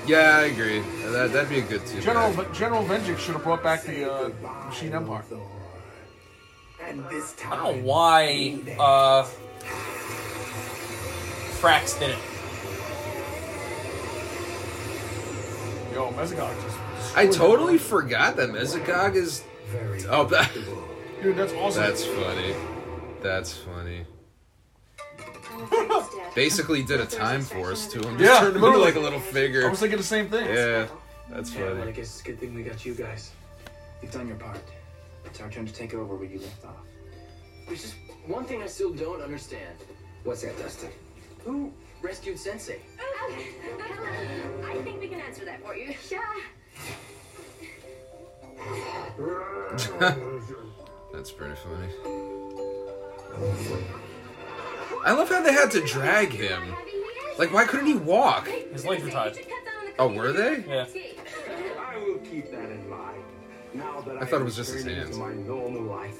Yeah, I agree. That, that'd be a good two.
General General Venjik should have brought back the uh, Machine Empire.
And this time,
I don't know why uh, Frax did it.
Yo, Mezogok just.
I totally forgot that Mezogog is.
very
Oh, [LAUGHS] that,
Dude, that's awesome.
that's funny. That's funny.
Thanks, Dad.
Basically, did a time force to him. Just
Yeah,
turned him into
literally.
like a little
I
figure.
was thinking the same thing.
Yeah, that's
Yeah, well, I
funny.
guess it's a good thing we got you guys.
You've done your part. It's our turn to take over where you left off.
There's just one thing I still don't understand.
What's that, Dustin?
Who rescued Sensei?
I think we can answer that for you. Yeah.
That's pretty funny. I love how they had to drag him. Like, why couldn't he walk?
His legs were tied.
Oh, were they?
Yeah.
I will keep that in mind. Now that I,
thought it was just his
returned
hands.
To my normal life.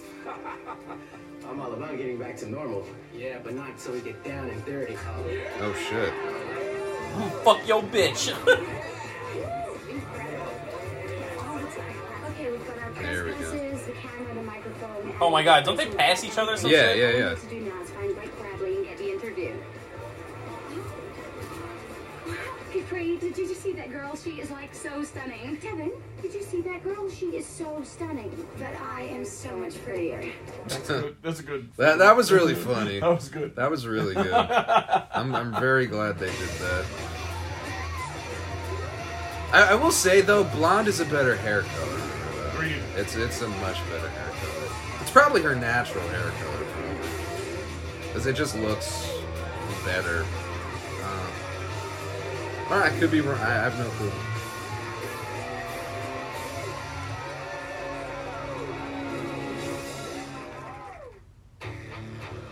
[LAUGHS] I'm all about getting back to normal. Yeah, but not until we get down and dirty.
Oh shit.
Fuck yo bitch. [LAUGHS]
Okay, we've got our
There we
press
go.
passes, the camera, the microphone.
Oh my God, don't they pass each other or some
Yeah,
shit?
yeah, yeah.
What to do now is find Mike Bradley and get the interview. Capri, did you just see that girl? She is like so stunning. Kevin, did you see that girl? She is so stunning. But I am so much prettier.
That's a good. That's a good.
That that was really funny.
[LAUGHS] That was good.
That was really
[LAUGHS]
good. I'm I'm very glad they did that. I, I will say though, blonde is a better hair color.
Agreed.
It's it's a much better hair color. It's probably her natural hair color, probably. Because it just looks better. Um, or I could be wrong. I I have no clue.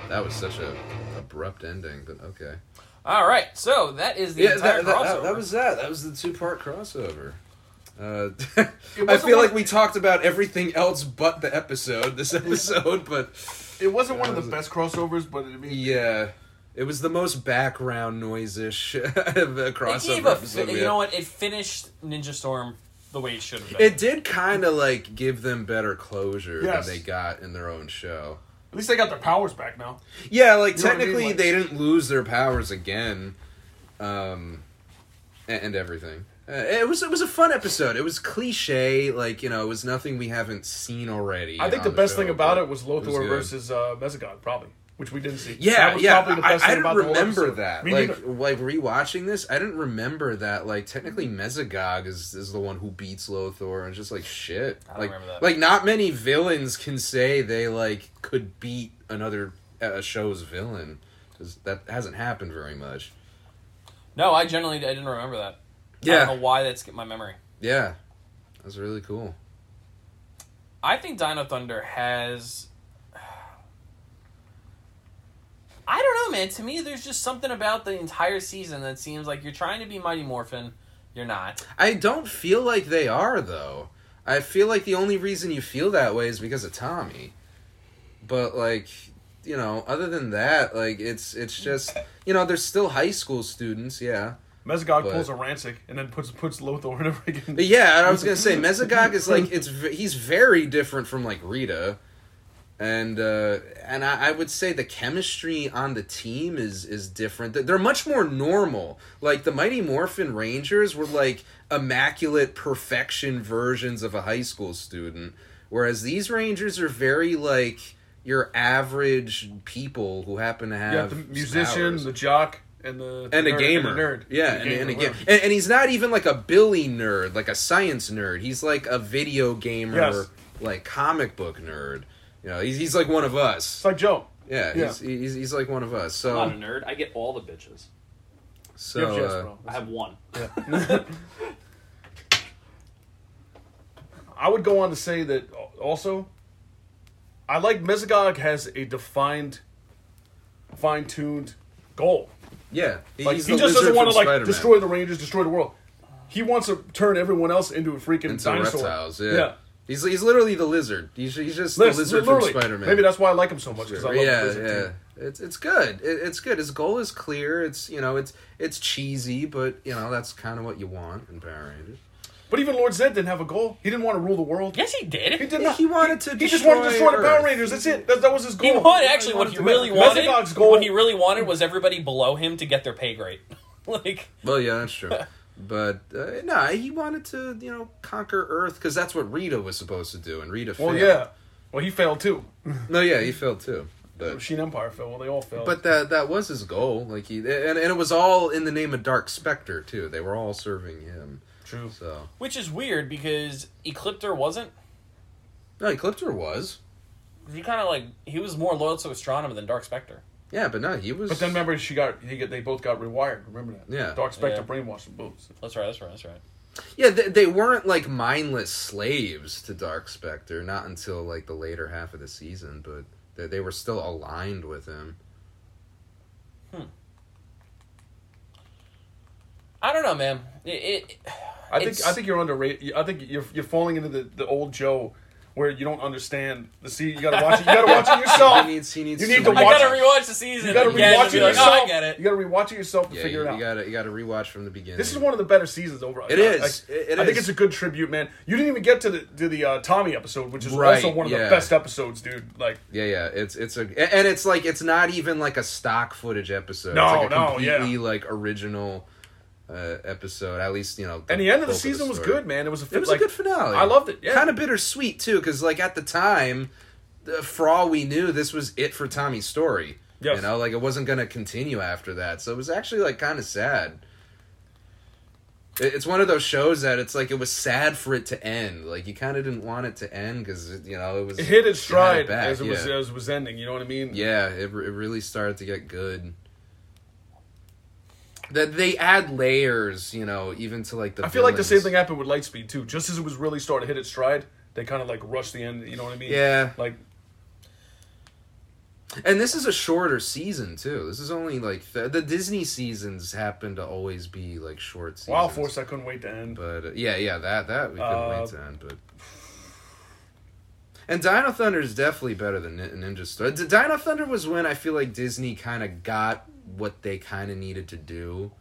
That was such a abrupt ending, but okay.
All right, so that is the
Yeah,
entire
that, that,
crossover.
that, that was that. That was the two part [LAUGHS] crossover. Uh, [LAUGHS]
It
I
wasn't
feel
one-
like we talked about everything else but the episode, this [LAUGHS] episode, but
It wasn't one of
was
the
a-
best crossovers, but I mean,
yeah. It was the most background noise ish [LAUGHS]
It
crossover
gave a,
episode. we
you
had.
know what? It finished Ninja Storm the way it should have been.
It did kind of like give them better closure
Yes.
than they got in their own show.
At least they got their powers back now.
Yeah, like
You know what I mean?
technically
Like-
they didn't lose their powers again, um, a- and, everything. Uh, it was it was a fun episode. It was cliche, like you know, it was nothing we haven't seen already.
I think
on
the best
show,
thing about
but
it was
it was
Lothor
good.
versus uh, Mezagon, probably, which we didn't see.
Yeah,
that was
yeah.
Probably the
I-
best
I,
thing
didn't
about the whole
remember
episode.
that.
Me
like,
neither.
like rewatching this, I didn't remember that. Like, technically, Mezagog is, is the one who beats Lothor, and it's just like shit.
don't
like,
remember that.
like not many villains can say they like could beat another uh, show's villain because that hasn't happened very much.
No, I generally I didn't remember that. I
Yeah.
don't know why that skipped my memory.
Yeah, that's really cool.
I think Dino Thunder has. [SIGHS] I don't know, man. To me, there's just something about the entire season that seems like you're trying to be Mighty Morphin. You're not.
I don't feel like they are though. I feel like the only reason you feel that way is because of Tommy. But like, you know, other than that, like it's it's just you know, they're still high school students, yeah.
Mezagog
But-
pulls a rancic and then puts puts Lothor in a freaking.
But yeah, and I was gonna say Mezagog is
[LAUGHS]
like it's v- he's very different from like Rita, and uh, and I, I would say the chemistry on the team is is different. They're- They're much more normal. Like the Mighty Morphin Rangers were like immaculate perfection versions of a high school student, whereas these Rangers are very like your average people who happen to have
You have the
some
musician,
powers
the jock, and the
and a
nerd-
gamer.
and the nerd.
Yeah,
The
and, and a
gamer,
game. And, and he's not even like a Billy nerd, like a science nerd. He's like a video gamer,
Yes.
like comic book nerd. You know, he's, he's like one of us.
It's like Joe.
Yeah, He's, he's he's like one of us. So
I'm not a nerd. I get all the bitches.
so
Yes, yes,
uh,
bro.
I have one.
I would go on to say that al- also, I like Mezagog has a defined, fine tuned goal.
yeah,
Like
he's
he
the
just
lizard
doesn't want
from
to like
Spider-Man.
destroy the Rangers, destroy the world. He wants to turn everyone else into a freaking
into
dinosaur.
reptiles. Yeah. He's, he's literally the lizard. He's, he's just
Liz-
the lizard
literally.
from Spider Man.
Maybe that's why I like him so much because I love
yeah,
the lizard.
yeah. It's it's good. It, it's good. His goal is clear. It's you know it's it's cheesy, but you know that's kind of what you want in Power Rangers.
But even Lord Zed didn't have a goal. He didn't want to rule the world.
Yes, he did.
He did not.
He wanted to.
He just wanted to destroy the Power
Earth.
Rangers. That's it. That, that was his goal.
He wanted actually what he
to-
really wanted.
Mezagog's goal.
What he really wanted was everybody below him to get their pay grade. [LAUGHS] like
Well, yeah, that's
[LAUGHS]
true. but uh, no, he wanted to you know conquer Earth because that's what Rita was supposed to do, and Rita. Failed.
well, yeah. Well, he failed too.
No, yeah, he failed too. But
Machine Empire failed. Well, they all failed.
But that that was his goal. Like he and, and it was all in the name of Dark Spectre too. They were all serving him.
True.
So
Which is weird because Ecliptor wasn't.
no, Ecliptor was.
He kind of like he was more loyal to Astronomer than Dark Spectre.
Yeah, but no, he was.
But then remember, she got he, got- they both got rewired. Remember that?
Yeah.
Dark Spectre
Yeah.
brainwashed them both.
That's right. That's right. That's right.
yeah, they, they weren't like mindless slaves to Dark Spectre. Not until like the later half of the season, but they, they were still aligned with him.
I don't know, man. It, it,
I think
It's-
I think you're underrated. I think you're you're falling into the, the old Joe, where you don't understand the sea. You gotta watch it. You gotta watch it
[LAUGHS]
yourself.
He needs. He needs
You
to
need to
I
watch
gotta
it.
rewatch the season.
You gotta
again and
rewatch
be
it
like,
yourself.
oh, I get it.
You gotta rewatch it yourself to
Yeah,
figure
you,
it out.
you gotta you gotta rewatch from the beginning.
This is one of the better seasons overall.
It is.
I, I-
It- it
I think
is.
it's a good tribute, man. You didn't even get to the to the uh, Tommy episode, which is
Right,
also one of
yeah.
the best episodes, dude. Like,
Yeah, yeah. It's it's a a- and it's like it's not even like a stock footage episode.
No,
it's like a
no,
completely
yeah.
like original uh, episode. At least you know.
and the end of the
bulk
season was
story.
good, man. It was a
It was
like,
a good finale.
I loved it. Yeah,
Kind of bittersweet too, because like at the time, uh, for all we knew, this was it for Tommy's story.
Yes.
You know, like it wasn't going to continue after that, so it was actually like kind of sad. It- It's one of those shows that it's like it was sad for it to end. Like you kind of didn't want it to end because you know it was
it hit its
you had
stride
back,
as it was
yeah.
as it was ending. You know what I mean?
Yeah, it, re- it really started to get good. That they add layers, you know, even to like the.
I feel like the same
villains.
thing happened with Lightspeed too. Just as it was really starting to hit its stride, they kind of like rushed the end. You know what I mean?
Yeah.
Like
And this is a shorter season too. This is only like th- the Disney seasons happen to always be like short seasons.
Wild Force, I couldn't wait to end.
But uh, yeah, yeah, that that we couldn't
Uh,
wait to end. But [SIGHS] and Dino Thunder is definitely better than Nin- Ninja Star. D- Dino Thunder was when I feel like Disney kind of got what they kind of needed to do.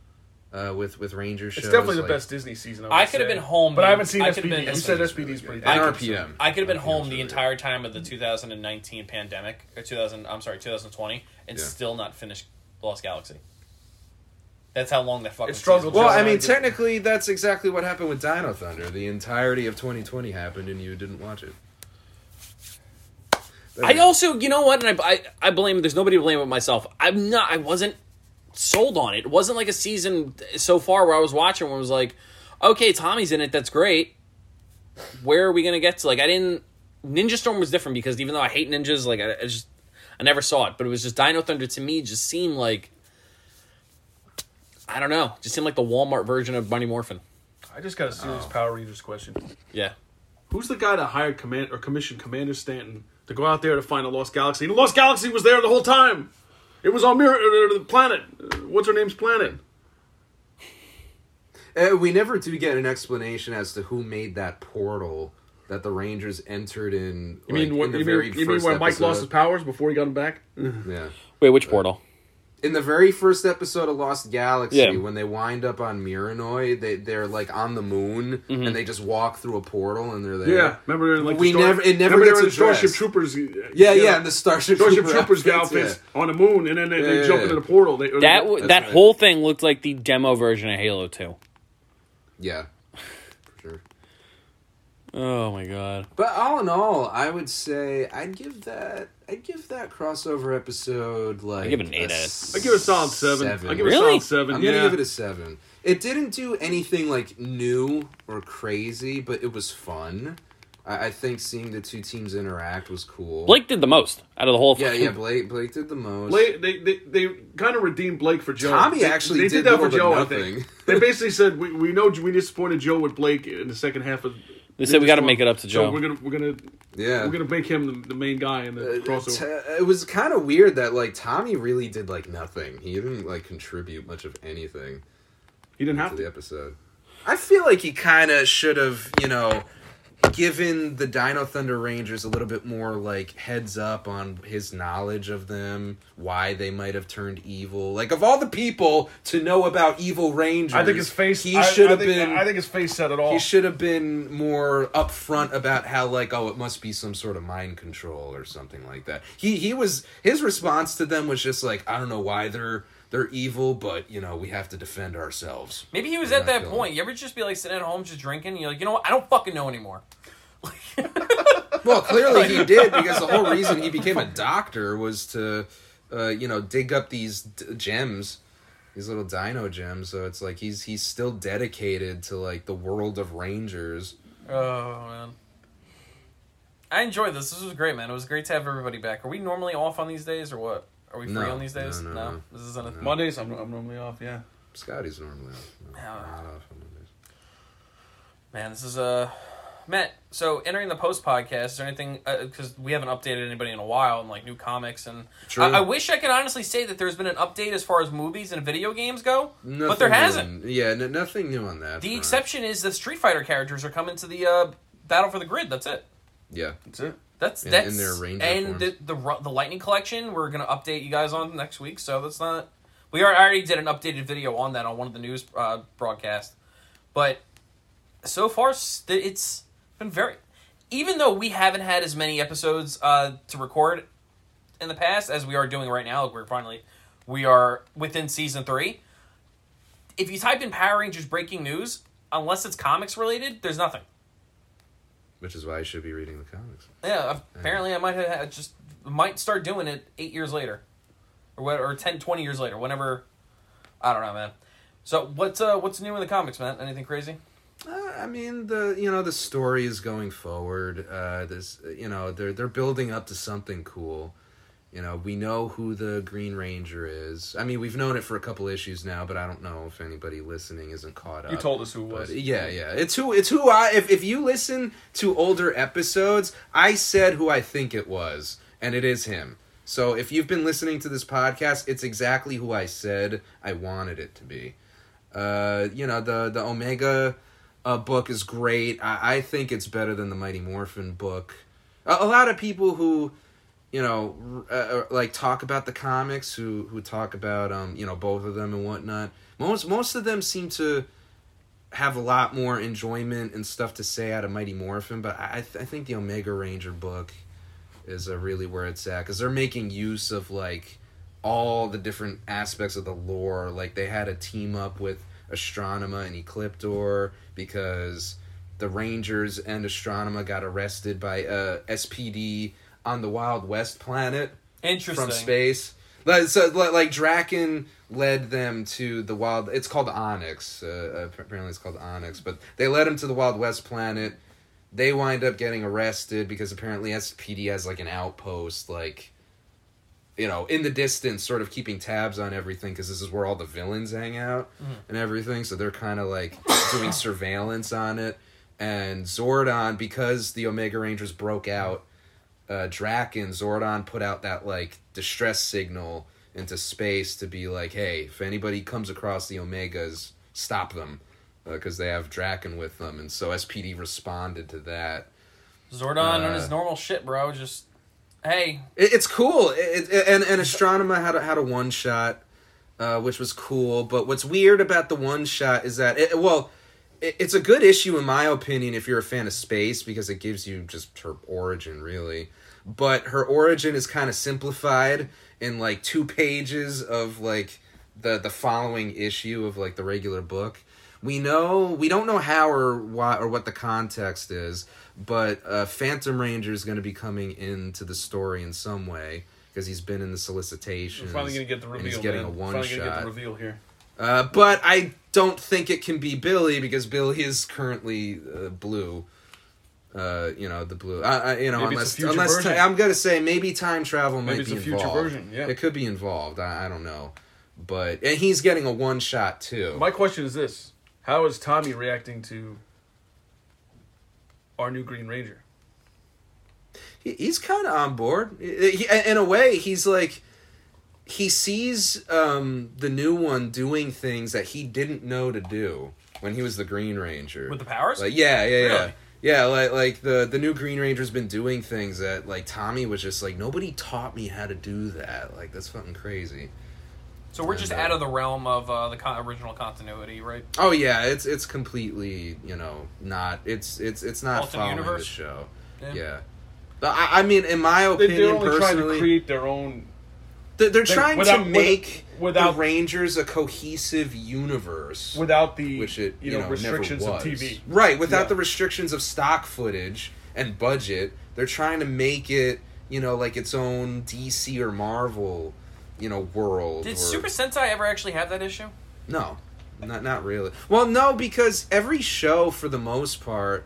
uh, with with Ranger shows.
It's definitely
like-
the best Disney season.
I could have been home,
but I
man.
haven't seen
I could've
SPD.
been-
You said SPD's pretty.
And
good.
RPM.
I could have been home the entire time of the 2019 pandemic or 2000. I'm sorry, 2020, and
Yeah.
still not finished Lost Galaxy. That's how long that fucking
It struggled
season
Well, I
was.
mean, technically, that's exactly what happened with Dino Thunder. The entirety of 2020 happened, and you didn't watch it.
I also, you know what, and I, I, I blame. There's nobody to blame but myself. I'm not. I wasn't sold on it. It wasn't like a season so far where I was watching where I was like, okay, Tommy's in it. That's great. Where are we gonna get to? Like, I didn't. Ninja Storm was different because even though I hate ninjas, like I, I just I never saw it. But it was just Dino Thunder to me just seemed like I don't know. Just seemed like the Walmart version of Bunny Morphin.
I just got a
Oh.
serious Power Rangers question.
Yeah.
Who's the guy that hired command or commissioned Commander Stanton to go out there to find the Lost Galaxy? And the Lost Galaxy was there the whole time. It was on Mir- uh, the planet. Uh, What's her name's planet?
Uh, we never do get an explanation as to who made that portal that the Rangers entered in.
You
like,
mean what,
in the
you
very
mean, you mean
first
when Mike
episode.
lost his powers before he got him back?
Yeah.
Wait, which portal?
In the very first episode of Lost Galaxy,
Yeah.
when they wind up on Miranoi, they they're like on the moon and they just walk through a portal and they're there.
Mm-hmm. Yeah, remember like
we
the star-
never it never
remember they
gets
were in the Starship
addressed.
Troopers. uh,
Yeah,
you
yeah,
know,
and the Starship,
Starship
Trooper
Troopers outfits on the moon, and then they, they
Yeah,
jump
yeah,
into
yeah.
the portal. They, uh, or
That
they-
w-
That's
that
right.
whole thing looked like the demo version of Halo Two.
Yeah, yeah, for sure.
Oh my god.
But all in all, I would say I'd give that I'd give that crossover episode like
give it an eight out of-
s-
I give it a solid seven. I give it a
Really?
solid seven.
I'm
yeah.
gonna give it a seven. It didn't do anything like new or crazy, but it was fun. I, I think seeing the two teams interact was cool.
Blake did the most out of the whole.
yeah,
fucking-
yeah. Blake Blake did the most.
Blake, they, they, they kind of redeemed Blake for Joe.
Tommy
They-
actually
they
did
that for
little
Joe.
to
I think
nothing.
[LAUGHS] they basically said we, we know we disappointed Joe with Blake in the second half of.
They said we gotta make it up to Joe.
So we're gonna we're gonna
yeah.
we're gonna make him the, the main guy in the
Uh,
crossover.
t- it was kind of weird that like Tommy really did like nothing. He didn't like contribute much of anything
he didn't
to
have
the
to.
episode. I feel like he kind of should have, you know, given the Dino Thunder Rangers a little bit more like heads up on his knowledge of them, why they might have turned evil. Like of all the people to know about evil Rangers,
I think his face.
He
I-
should
I
have
think-
been.
I think his face said it all.
he should have been more upfront about how like oh it must be some sort of mind control or something like that. He he was his response to them was just like I don't know why they're they're evil, but you know we have to defend ourselves.
Maybe he was
We're
at
not
that
feeling
point. You ever just be like sitting at home just drinking? And you're like, you know what? I don't fucking know anymore.
Well, clearly
[LAUGHS]
he did because the whole reason he became a doctor was to, uh, you know, dig up these d- gems, these little dino gems. So it's like he's he's still dedicated to like the world of rangers.
Oh man, I enjoyed this. This was great, man. It was great to have everybody back. Are we normally off on these days or what? Are we free
No.
on these days?
No, no, no.
this isn't a thing.
Mondays, I'm, I'm normally off. Yeah,
Scotty's normally off. No,
Yeah.
not off on Mondays.
Man, this is uh Matt. So entering the post podcast, is there anything because we haven't updated anybody in a while and like new comics and
True.
I, I wish I could honestly say that there's been an update as far as movies and video games go,
Nothing
but there
new
hasn't.
on- yeah, n- nothing new on that.
The
front.
exception is the Street Fighter characters are coming to the uh, battle for the grid. That's it.
Yeah,
that's it.
That's
And-
that's
and their Ranger
and the,
forms.
the Ru- the Lightning Collection. We're gonna update you guys on next week. So that's not. We are, I already did an updated video on that on one of the news uh, broadcasts, but so far s- th- it's been very. Even though we haven't had as many episodes uh, to record in the past as we are doing right now, like we're finally we are within season three. If you type in Power Rangers breaking news, unless it's comics related, there's nothing.
which is why I should be reading the comics.
Yeah, apparently I might have had- just might start doing it eight years later, or what, or 10, 20 years later, whenever. I don't know, man. So what's uh what's new in the comics, man? Anything crazy?
Uh, I mean the you know the story is going forward. Uh, this you know they're they're building up to something cool. You know we know who the Green Ranger is. I mean we've known it for a couple issues now, but I don't know if anybody listening isn't caught up.
You told us who it was.
But yeah, yeah. It's who it's who I if if you listen to older episodes, I said who I think it was, and it is him. So if you've been listening to this podcast, it's exactly who I said I wanted it to be. Uh, you know, the the Omega uh, book is great. I, I think it's better than the Mighty Morphin book. A, a lot of people who you know, r- uh, uh, like talk about the comics who who talk about um you know both of them and whatnot. Most most of them seem to have a lot more enjoyment and stuff to say out of Mighty Morphin, but I I, th- I think the Omega Ranger book is uh, really where it's at because they're making use of like all the different aspects of the lore. Like they had a team up with Astronema and Ecliptor because the Rangers and Astronema got arrested by uh, SPD on the Wild West planet.
Interesting.
From space. Like, so, li- like Draken led them to the Wild. It's called Onyx. Uh, uh, apparently, it's called Onyx. But they led them to the Wild West planet. They wind up getting arrested because apparently SPD has like an outpost, like you know, in the distance, sort of keeping tabs on everything because this is where all the villains hang out
Mhm.
and everything. So they're kind of like doing surveillance on it. And Zordon, because the Omega Rangers broke out uh, Draken, Zordon put out that like distress signal into space to be like, hey, if anybody comes across the Omegas, stop them because they have Draken with them. And so SPD responded to that.
Zordon
Uh,
on his normal shit, bro. Just hey,
It, it's cool. It, it, and and Astronomer had a, had a one shot, uh, which was cool. But what's weird about the one shot is that it, well, it, it's a good issue in my opinion if you're a fan of space because it gives you just her origin really. But her origin is kind of simplified in like two pages of like the the following issue of like the regular book. We know we don't know how or why or what the context is, but uh, Phantom Ranger is going to be coming into the story in some way because he's been in the solicitation.
We're finally gonna get the reveal.
He's getting
man.
a one
finally
shot.
gonna get the reveal here.
Uh, but I don't think it can be Billy because Billy is currently uh, blue. Uh, you know the blue. I, I you know
Maybe
unless
it's a future
unless
version.
ti- I'm gonna say maybe time travel might
Maybe it's
be
a future
involved.
version, yeah.
it could be involved. I, I don't know, but and he's getting a one shot too.
My question is this: How is Tommy reacting to our new Green Ranger?
He- he's kind of on board He- in a way he's like he sees um the new one doing things that he didn't know to do when he was the green ranger
With the powers?
like yeah yeah yeah
Really?
yeah like like the the new green ranger's been doing things that like tommy was just like nobody taught me how to do that like that's fucking crazy
so we're just
And, uh,
out of the realm of uh, the con- original continuity, right?
Oh yeah, it's it's completely you know not it's it's it's not
Alternate
following
universe?
the show.
Yeah.
Yeah, But I, I mean, in my
They-
opinion,
they're only
personally,
trying to create their own.
They're, they're
They-
trying
without-
to make
without-
the Rangers a cohesive universe
without the
which it
you
you,
know,
know,
restrictions
never
of
was.
TV.
right? Without
Yeah.
the restrictions of stock footage and budget, they're trying to make it you know like its own DC or Marvel you know world. or-
Did Super Sentai ever actually have that issue?
no, not not really. Well, no, because every show for the most part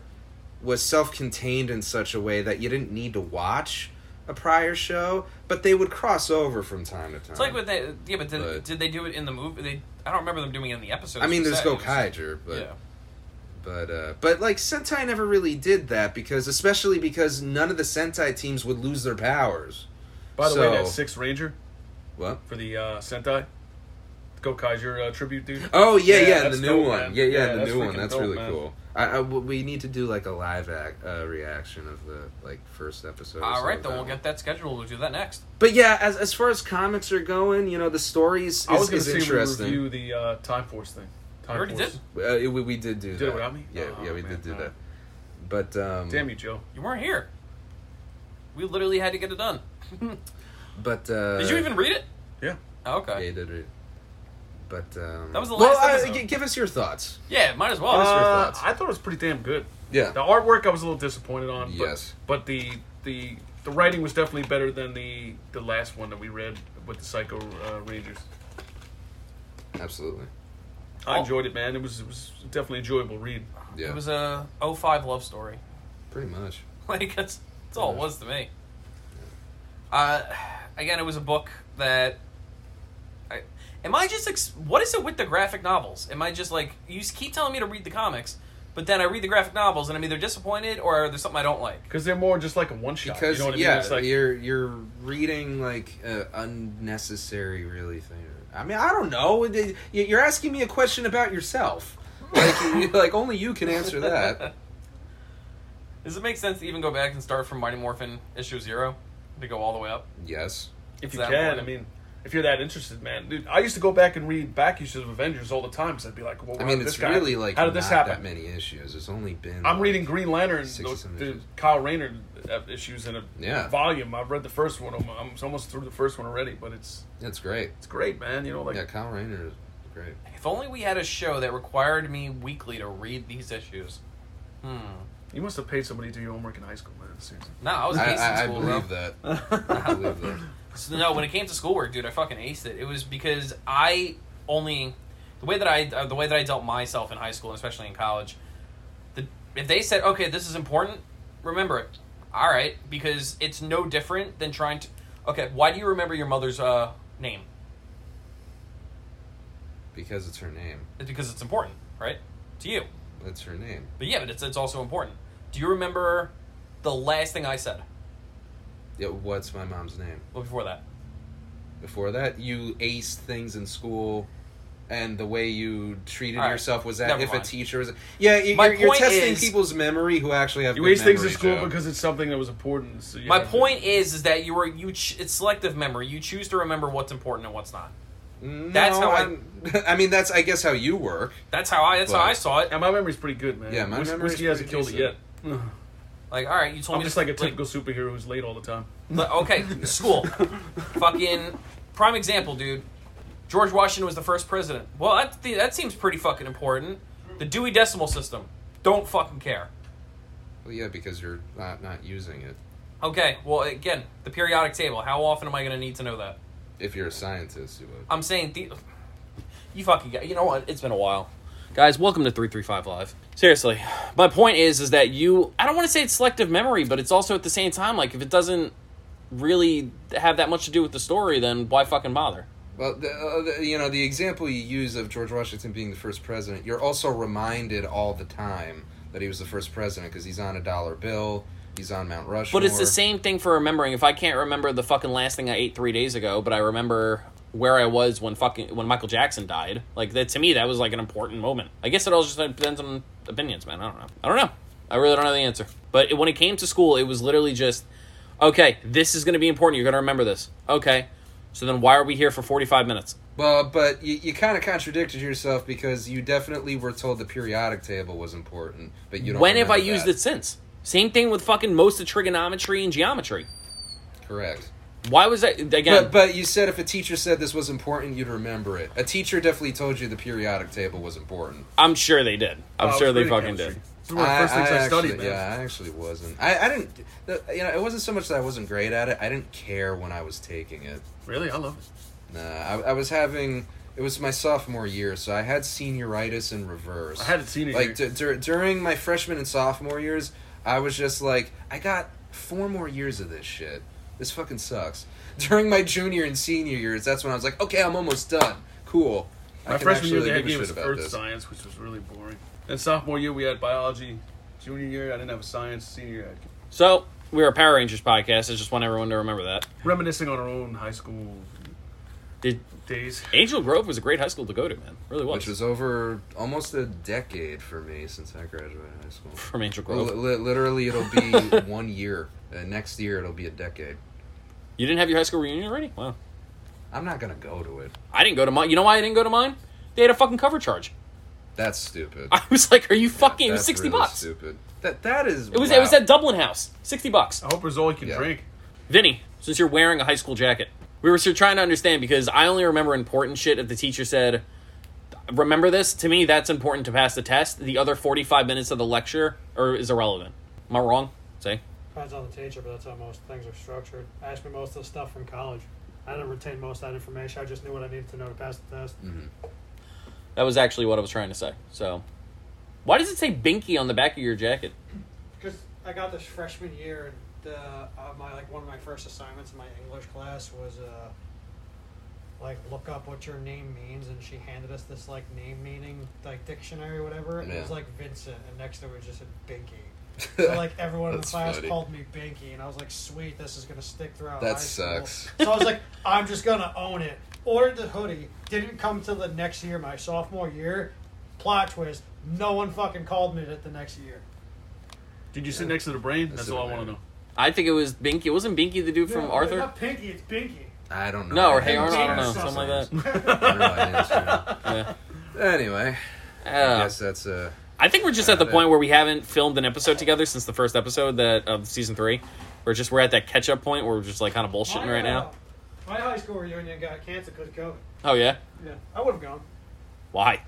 was self-contained in such a way that you didn't need to watch a prior show, but they would cross over from time to time.
It's like what they yeah, but did,
Uh-huh. But-
did they do it in the movie? They I don't remember them doing it in the episode.
I mean, there's Gokaiger, but
yeah.
but uh, but like Sentai never really did that because, especially because none of the Sentai teams would lose their powers.
By the
So-
way, that sixth Ranger
What?
for the uh, Sentai, Go Kaiser uh, tribute dude.
Oh yeah, yeah, the
that's
new
dope,
one.
man.
Yeah, yeah, the
that's
new one.
freaking
That's
dope,
really
man.
cool. I, I- w- we need to do like a live act uh, reaction of the like first episode. or
All
something
right,
like
then
that.
we'll get that scheduled. We'll do that next.
But yeah, as as far as comics are going, you know the stories is,
I was going
is
to say we
interesting.
review the uh, Time Force thing. Time
already
Force.
did.
Uh, it- we, we did do
Did
that.
it without me?
Yeah,
Oh,
yeah, we
man,
did do
alright.
that. But um,
Damn you, Joe.
You weren't here. We literally had to get it done.
But uh,
Did you even read it?
Yeah.
Oh,
Yeah,
okay.
you did read. But um,
That was the
well,
last
uh,
episode.
g- give us your thoughts.
Yeah, might as well.
What is your
Uh,
thoughts?
I thought it was pretty damn good.
Yeah.
The artwork I was a little disappointed on. But,
Yes.
But the the the writing was definitely better than the the last one that we read with the Psycho uh, Rangers.
Absolutely.
I
Oh.
enjoyed it, man. It was it was definitely an enjoyable read.
Yeah.
It was a 05 love story. [LAUGHS]
pretty much.
Like that's that's all it was to me. Uh, again, it was a book that. I, am I just ex- what is it with the graphic novels? Am I just like you just keep telling me to read the comics, but then I read the graphic novels and I'm either disappointed or there's something I don't like.
Because they're more just like a one shot.
Because
you know what I mean?
yeah,
It's like,
you're you're reading like uh, unnecessary, really thing. I mean, I don't know. It- it- You're asking me a question about yourself. Like, [LAUGHS] you- like only you can answer that.
[LAUGHS]
Does it make sense to even go back and start from Mighty Morphin issue zero? to go all the way up?
Yes.
If
Is
you
that
can,
important?
I mean, if you're that interested, man. Dude, I used to go back and read back issues of Avengers all the time. So I'd be like, well,
I
how
mean,
did
it's
this guy-
really like
how did this
not that
happen?
many issues. It's only been.
I'm reading Green Lantern,
60
those-
some
the
issues.
Kyle Rayner uh, issues in a
Yeah.
volume. I've read the first one. I'm, I'm almost through the first one already, but it's
It's great.
it's great, man. You know, like
yeah, Kyle Rayner is great.
If only we had a show that required me weekly to read these issues. Hmm.
you must have paid somebody to do your homework in high school, man. Seriously.
No, I was
I,
acing
I, I
school,
believe
bro.
that. I believe that.
So, no, when it came to schoolwork, dude, I fucking aced it. It was because I only the way that I uh, the way that I dealt myself in high school, and especially in college. The, if they said, "Okay, this is important," remember it. All right, because it's no different than trying to. Okay, why do you remember your mother's uh, name?
Because it's her name.
It's because it's important, right? To you.
That's her name.
But yeah, but it's, it's also important. Do you remember the last thing I said?
Yeah, what's my mom's name?
Well, before that.
Before that, you aced things in school, and the way you treated
All right,
yourself was that
never
if
mind.
a teacher was. Yeah, you-
My
you're, you're
point
testing
is-
people's memory who actually have.
[LAUGHS] You
good
waste things in
memory,
school
Joe.
because it's something that was important. So you
My
have to-
point is, is that you were you. Ch- it's selective memory. You choose to remember what's important and what's not.
No,
That's how I-
I'm- [LAUGHS] I. mean, that's I guess how you work.
That's how I. That's how
But-
I saw it.
Yeah, my memory's pretty good, man.
Yeah, my
Whis-
memory's
whiskey hasn't
pretty
killed it yet.
Like, all right, you told
I'm
me
just
to-
like a typical superhero who's late all the time.
like,
[LAUGHS]
okay, school, fucking prime example, dude. George Washington was the first president. Well, that th- that seems pretty fucking important. The Dewey Decimal System. Don't fucking care.
Well, yeah, because you're not not using it.
Okay. Well, again, the periodic table. How often am I going to need to know that?
If you're a scientist, you would.
I'm saying the. You fucking got. You know what? It's been a while. Guys, welcome to 335 Live. Seriously, my point is is that you I don't want to say it's selective memory, but it's also at the same time like if it doesn't really have that much to do with the story, then why fucking bother?
Well, the, uh, the, you know, the example you use of George Washington being the first president, you're also reminded all the time that he was the first president because he's on a dollar bill, he's on Mount Rushmore.
But it's the same thing for remembering. If I can't remember the fucking last thing I ate 3 days ago, but I remember where I was when fucking when Michael Jackson died, like that to me that was like an important moment. I guess it all just depends on opinions, man. I don't know. I don't know. I really don't know the answer. But it, when it came to school, it was literally just okay, this is going to be important. You're going to remember this. Okay. So then why are we here for 45 minutes?
Well, but you, you kind of contradicted yourself because you definitely were told the periodic table was important, but you don't.
When have I
remember
used
that.
it since? Same thing with fucking most of trigonometry and geometry.
Correct.
Why was that again?
But but you said if a teacher said this was important, you'd remember it. A teacher definitely told you the periodic table was important.
I'm sure they did. I'm
Oh,
sure they
it's
fucking
pretty
did.
chemistry. It's one of the first things I, studied,
actually,
man.
Yeah, I actually wasn't. I, I didn't. The, you know, it wasn't so much that I wasn't great at it. I didn't care when I was taking it.
Really, I love it.
Nah, I, I was having. It was my sophomore year, so I had senioritis in reverse.
I had it seen it.
like d- dur- during my freshman and sophomore years, I was just like, I got four more years of this shit. This fucking sucks. During my junior and senior years, that's when I was like, okay, I'm almost done. Cool. I
My
can
freshman year,
actually
they had
give a
gave
shit
us
about
earth
this.
science, which was really boring. Then sophomore year, we had biology. Junior year, I didn't have a science. Senior year, I had...
So we're a Power Rangers podcast. I just want everyone to remember that.
reminiscing on our own high school
Did
days.
Angel Grove was a great high school to go to, man. Really was.
Which was over almost a decade for me since I graduated high
[LAUGHS]
school.
from Angel
Li-
Grove.
li- literally, it'll be one year. Uh, next year, it'll be a decade.
You didn't have your high school reunion already? Wow.
I'm not gonna go to it.
I didn't go to mine. You know why I didn't go to mine? They had a fucking cover charge. [LAUGHS]
That's stupid.
I was like, "Are you fucking?" it was
That's
sixty
really
bucks.
Stupid. That that is.
It was it was at Dublin House. Sixty bucks.
I
Oh.
hope it was all you can
Yeah.
drink.
Vinny, since you're wearing a high school jacket, we were still trying to understand because I only remember important shit if the teacher said, "Remember this." To me, that's important to pass the test. The other forty-five minutes of the lecture or is irrelevant. Am I wrong? Say.
Depends on the teacher, but that's how most things are structured. Ask me most of the stuff from college. I didn't retain most of that information. I just knew what I needed to know to pass the test.
That was actually what I was trying to say. So, why does it say Binky on the back of your jacket?
Because I got this freshman year, and uh, uh, my like one of my first assignments in my English class was uh, like look up what your name means, and she handed us this like name meaning like dictionary or whatever. And It was
Yeah.
like Vincent, and next to it was just a Binky.
[LAUGHS]
So like everyone in the
That's
class
funny.
called me Binky, and I was like, sweet, this is gonna stick throughout.
That
high school."
sucks.
So I was like, I'm just gonna own it. Ordered the hoodie. Didn't come till the next year, my sophomore year. Plot twist: No one fucking called me that the next year.
Did you sit next to the brain? That's
sit
all I
with
want to
the
know.
I think it was Binky. It wasn't Binky the dude from
No,
Arthur.
Not Pinky, it's Binky.
I don't know.
No, or
I
Hey
didn't
Arnold, I don't know,
experience
something
those
like that.
things. [LAUGHS] I don't know, I didn't experience it. Anyway,
Uh,
I guess that's uh,
I think we're just at the point where we haven't filmed an episode together since the first episode that of season three. We're just we're at that catch up point where we're just like kind of bullshitting right now.
My high school reunion got canceled because of COVID.
Oh yeah,
Yeah, I would have gone.
why?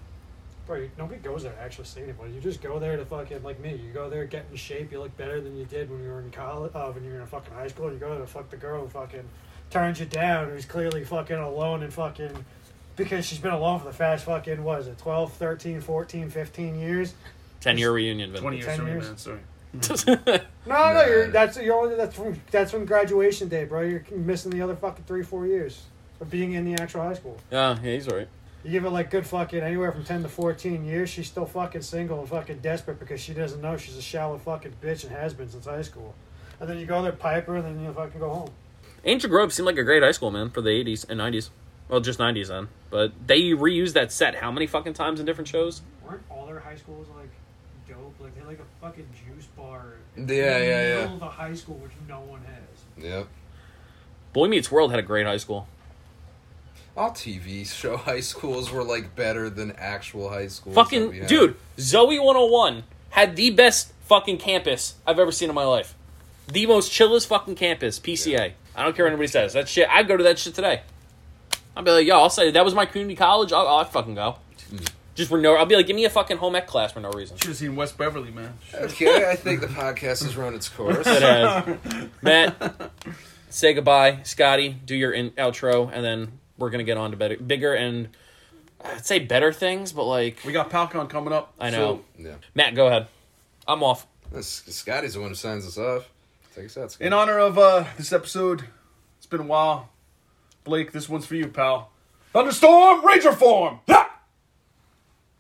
Bro, you- nobody goes there to actually see anybody. You just go there to fucking like me. You go there, get in shape. You look better than you did when you were in college. Uh, when you were in fucking high school, you go there to fuck the girl who fucking turns you down, who's clearly fucking alone and fucking because she's been alone for the past fucking what is it 12, 13, 14, 15 years.
Ten year reunion. Vin. [LAUGHS]
20 years, 10 sorry, years. man,
sorry.
No, no, you're that's you're only that's from that's from graduation day, bro. You're missing the other fucking three, four years of being in the actual high school.
yeah, yeah, he's right.
You give it like good fucking anywhere from 10 to 14 years. She's still fucking single and fucking desperate because she doesn't know she's a shallow fucking bitch and has been since high school. And then you go there, Piper, and then you fucking go home.
Angel Grove seemed like a great high school, man, for the 80s and 90s. Well, just 90s then. But they reused that set how many fucking times in different shows?
Weren't all their high schools like dope? Like they had like a fucking juice bar
in Yeah, the yeah, middle yeah.
of the high school, which no one has.
Yep.
Boy Meets World had a great high school.
all TV show [LAUGHS] high schools were like better than actual high schools. that we
fucking,
had.
dude, Zoe 101 had the best fucking campus I've ever seen in my life. The most chillest fucking campus, PCA. I don't care what anybody says. That shit, I'd go to that shit today. I'd be like, yo, I'll say that was my community college. I'll, I'll fucking go. Just for no, I'll be like, give me a fucking home ec class for no [LAUGHS] reason.
Should have seen West Beverly, man.
Okay, I think the podcast has run its
[LAUGHS]
course.
It [LAUGHS] has. Matt, say goodbye. Scotty, do your in- outro, and then we're gonna get on to better, bigger, and I'd say better things, but like we
got PalCon coming up.
I know.
So, yeah.
Matt, go ahead. I'm off.
Scotty's the one who signs us off. Take us out, Scotty.
In honor of uh, this episode, it's been a while. Blake, this one's for you, pal. Thunderstorm Ranger form. Ha!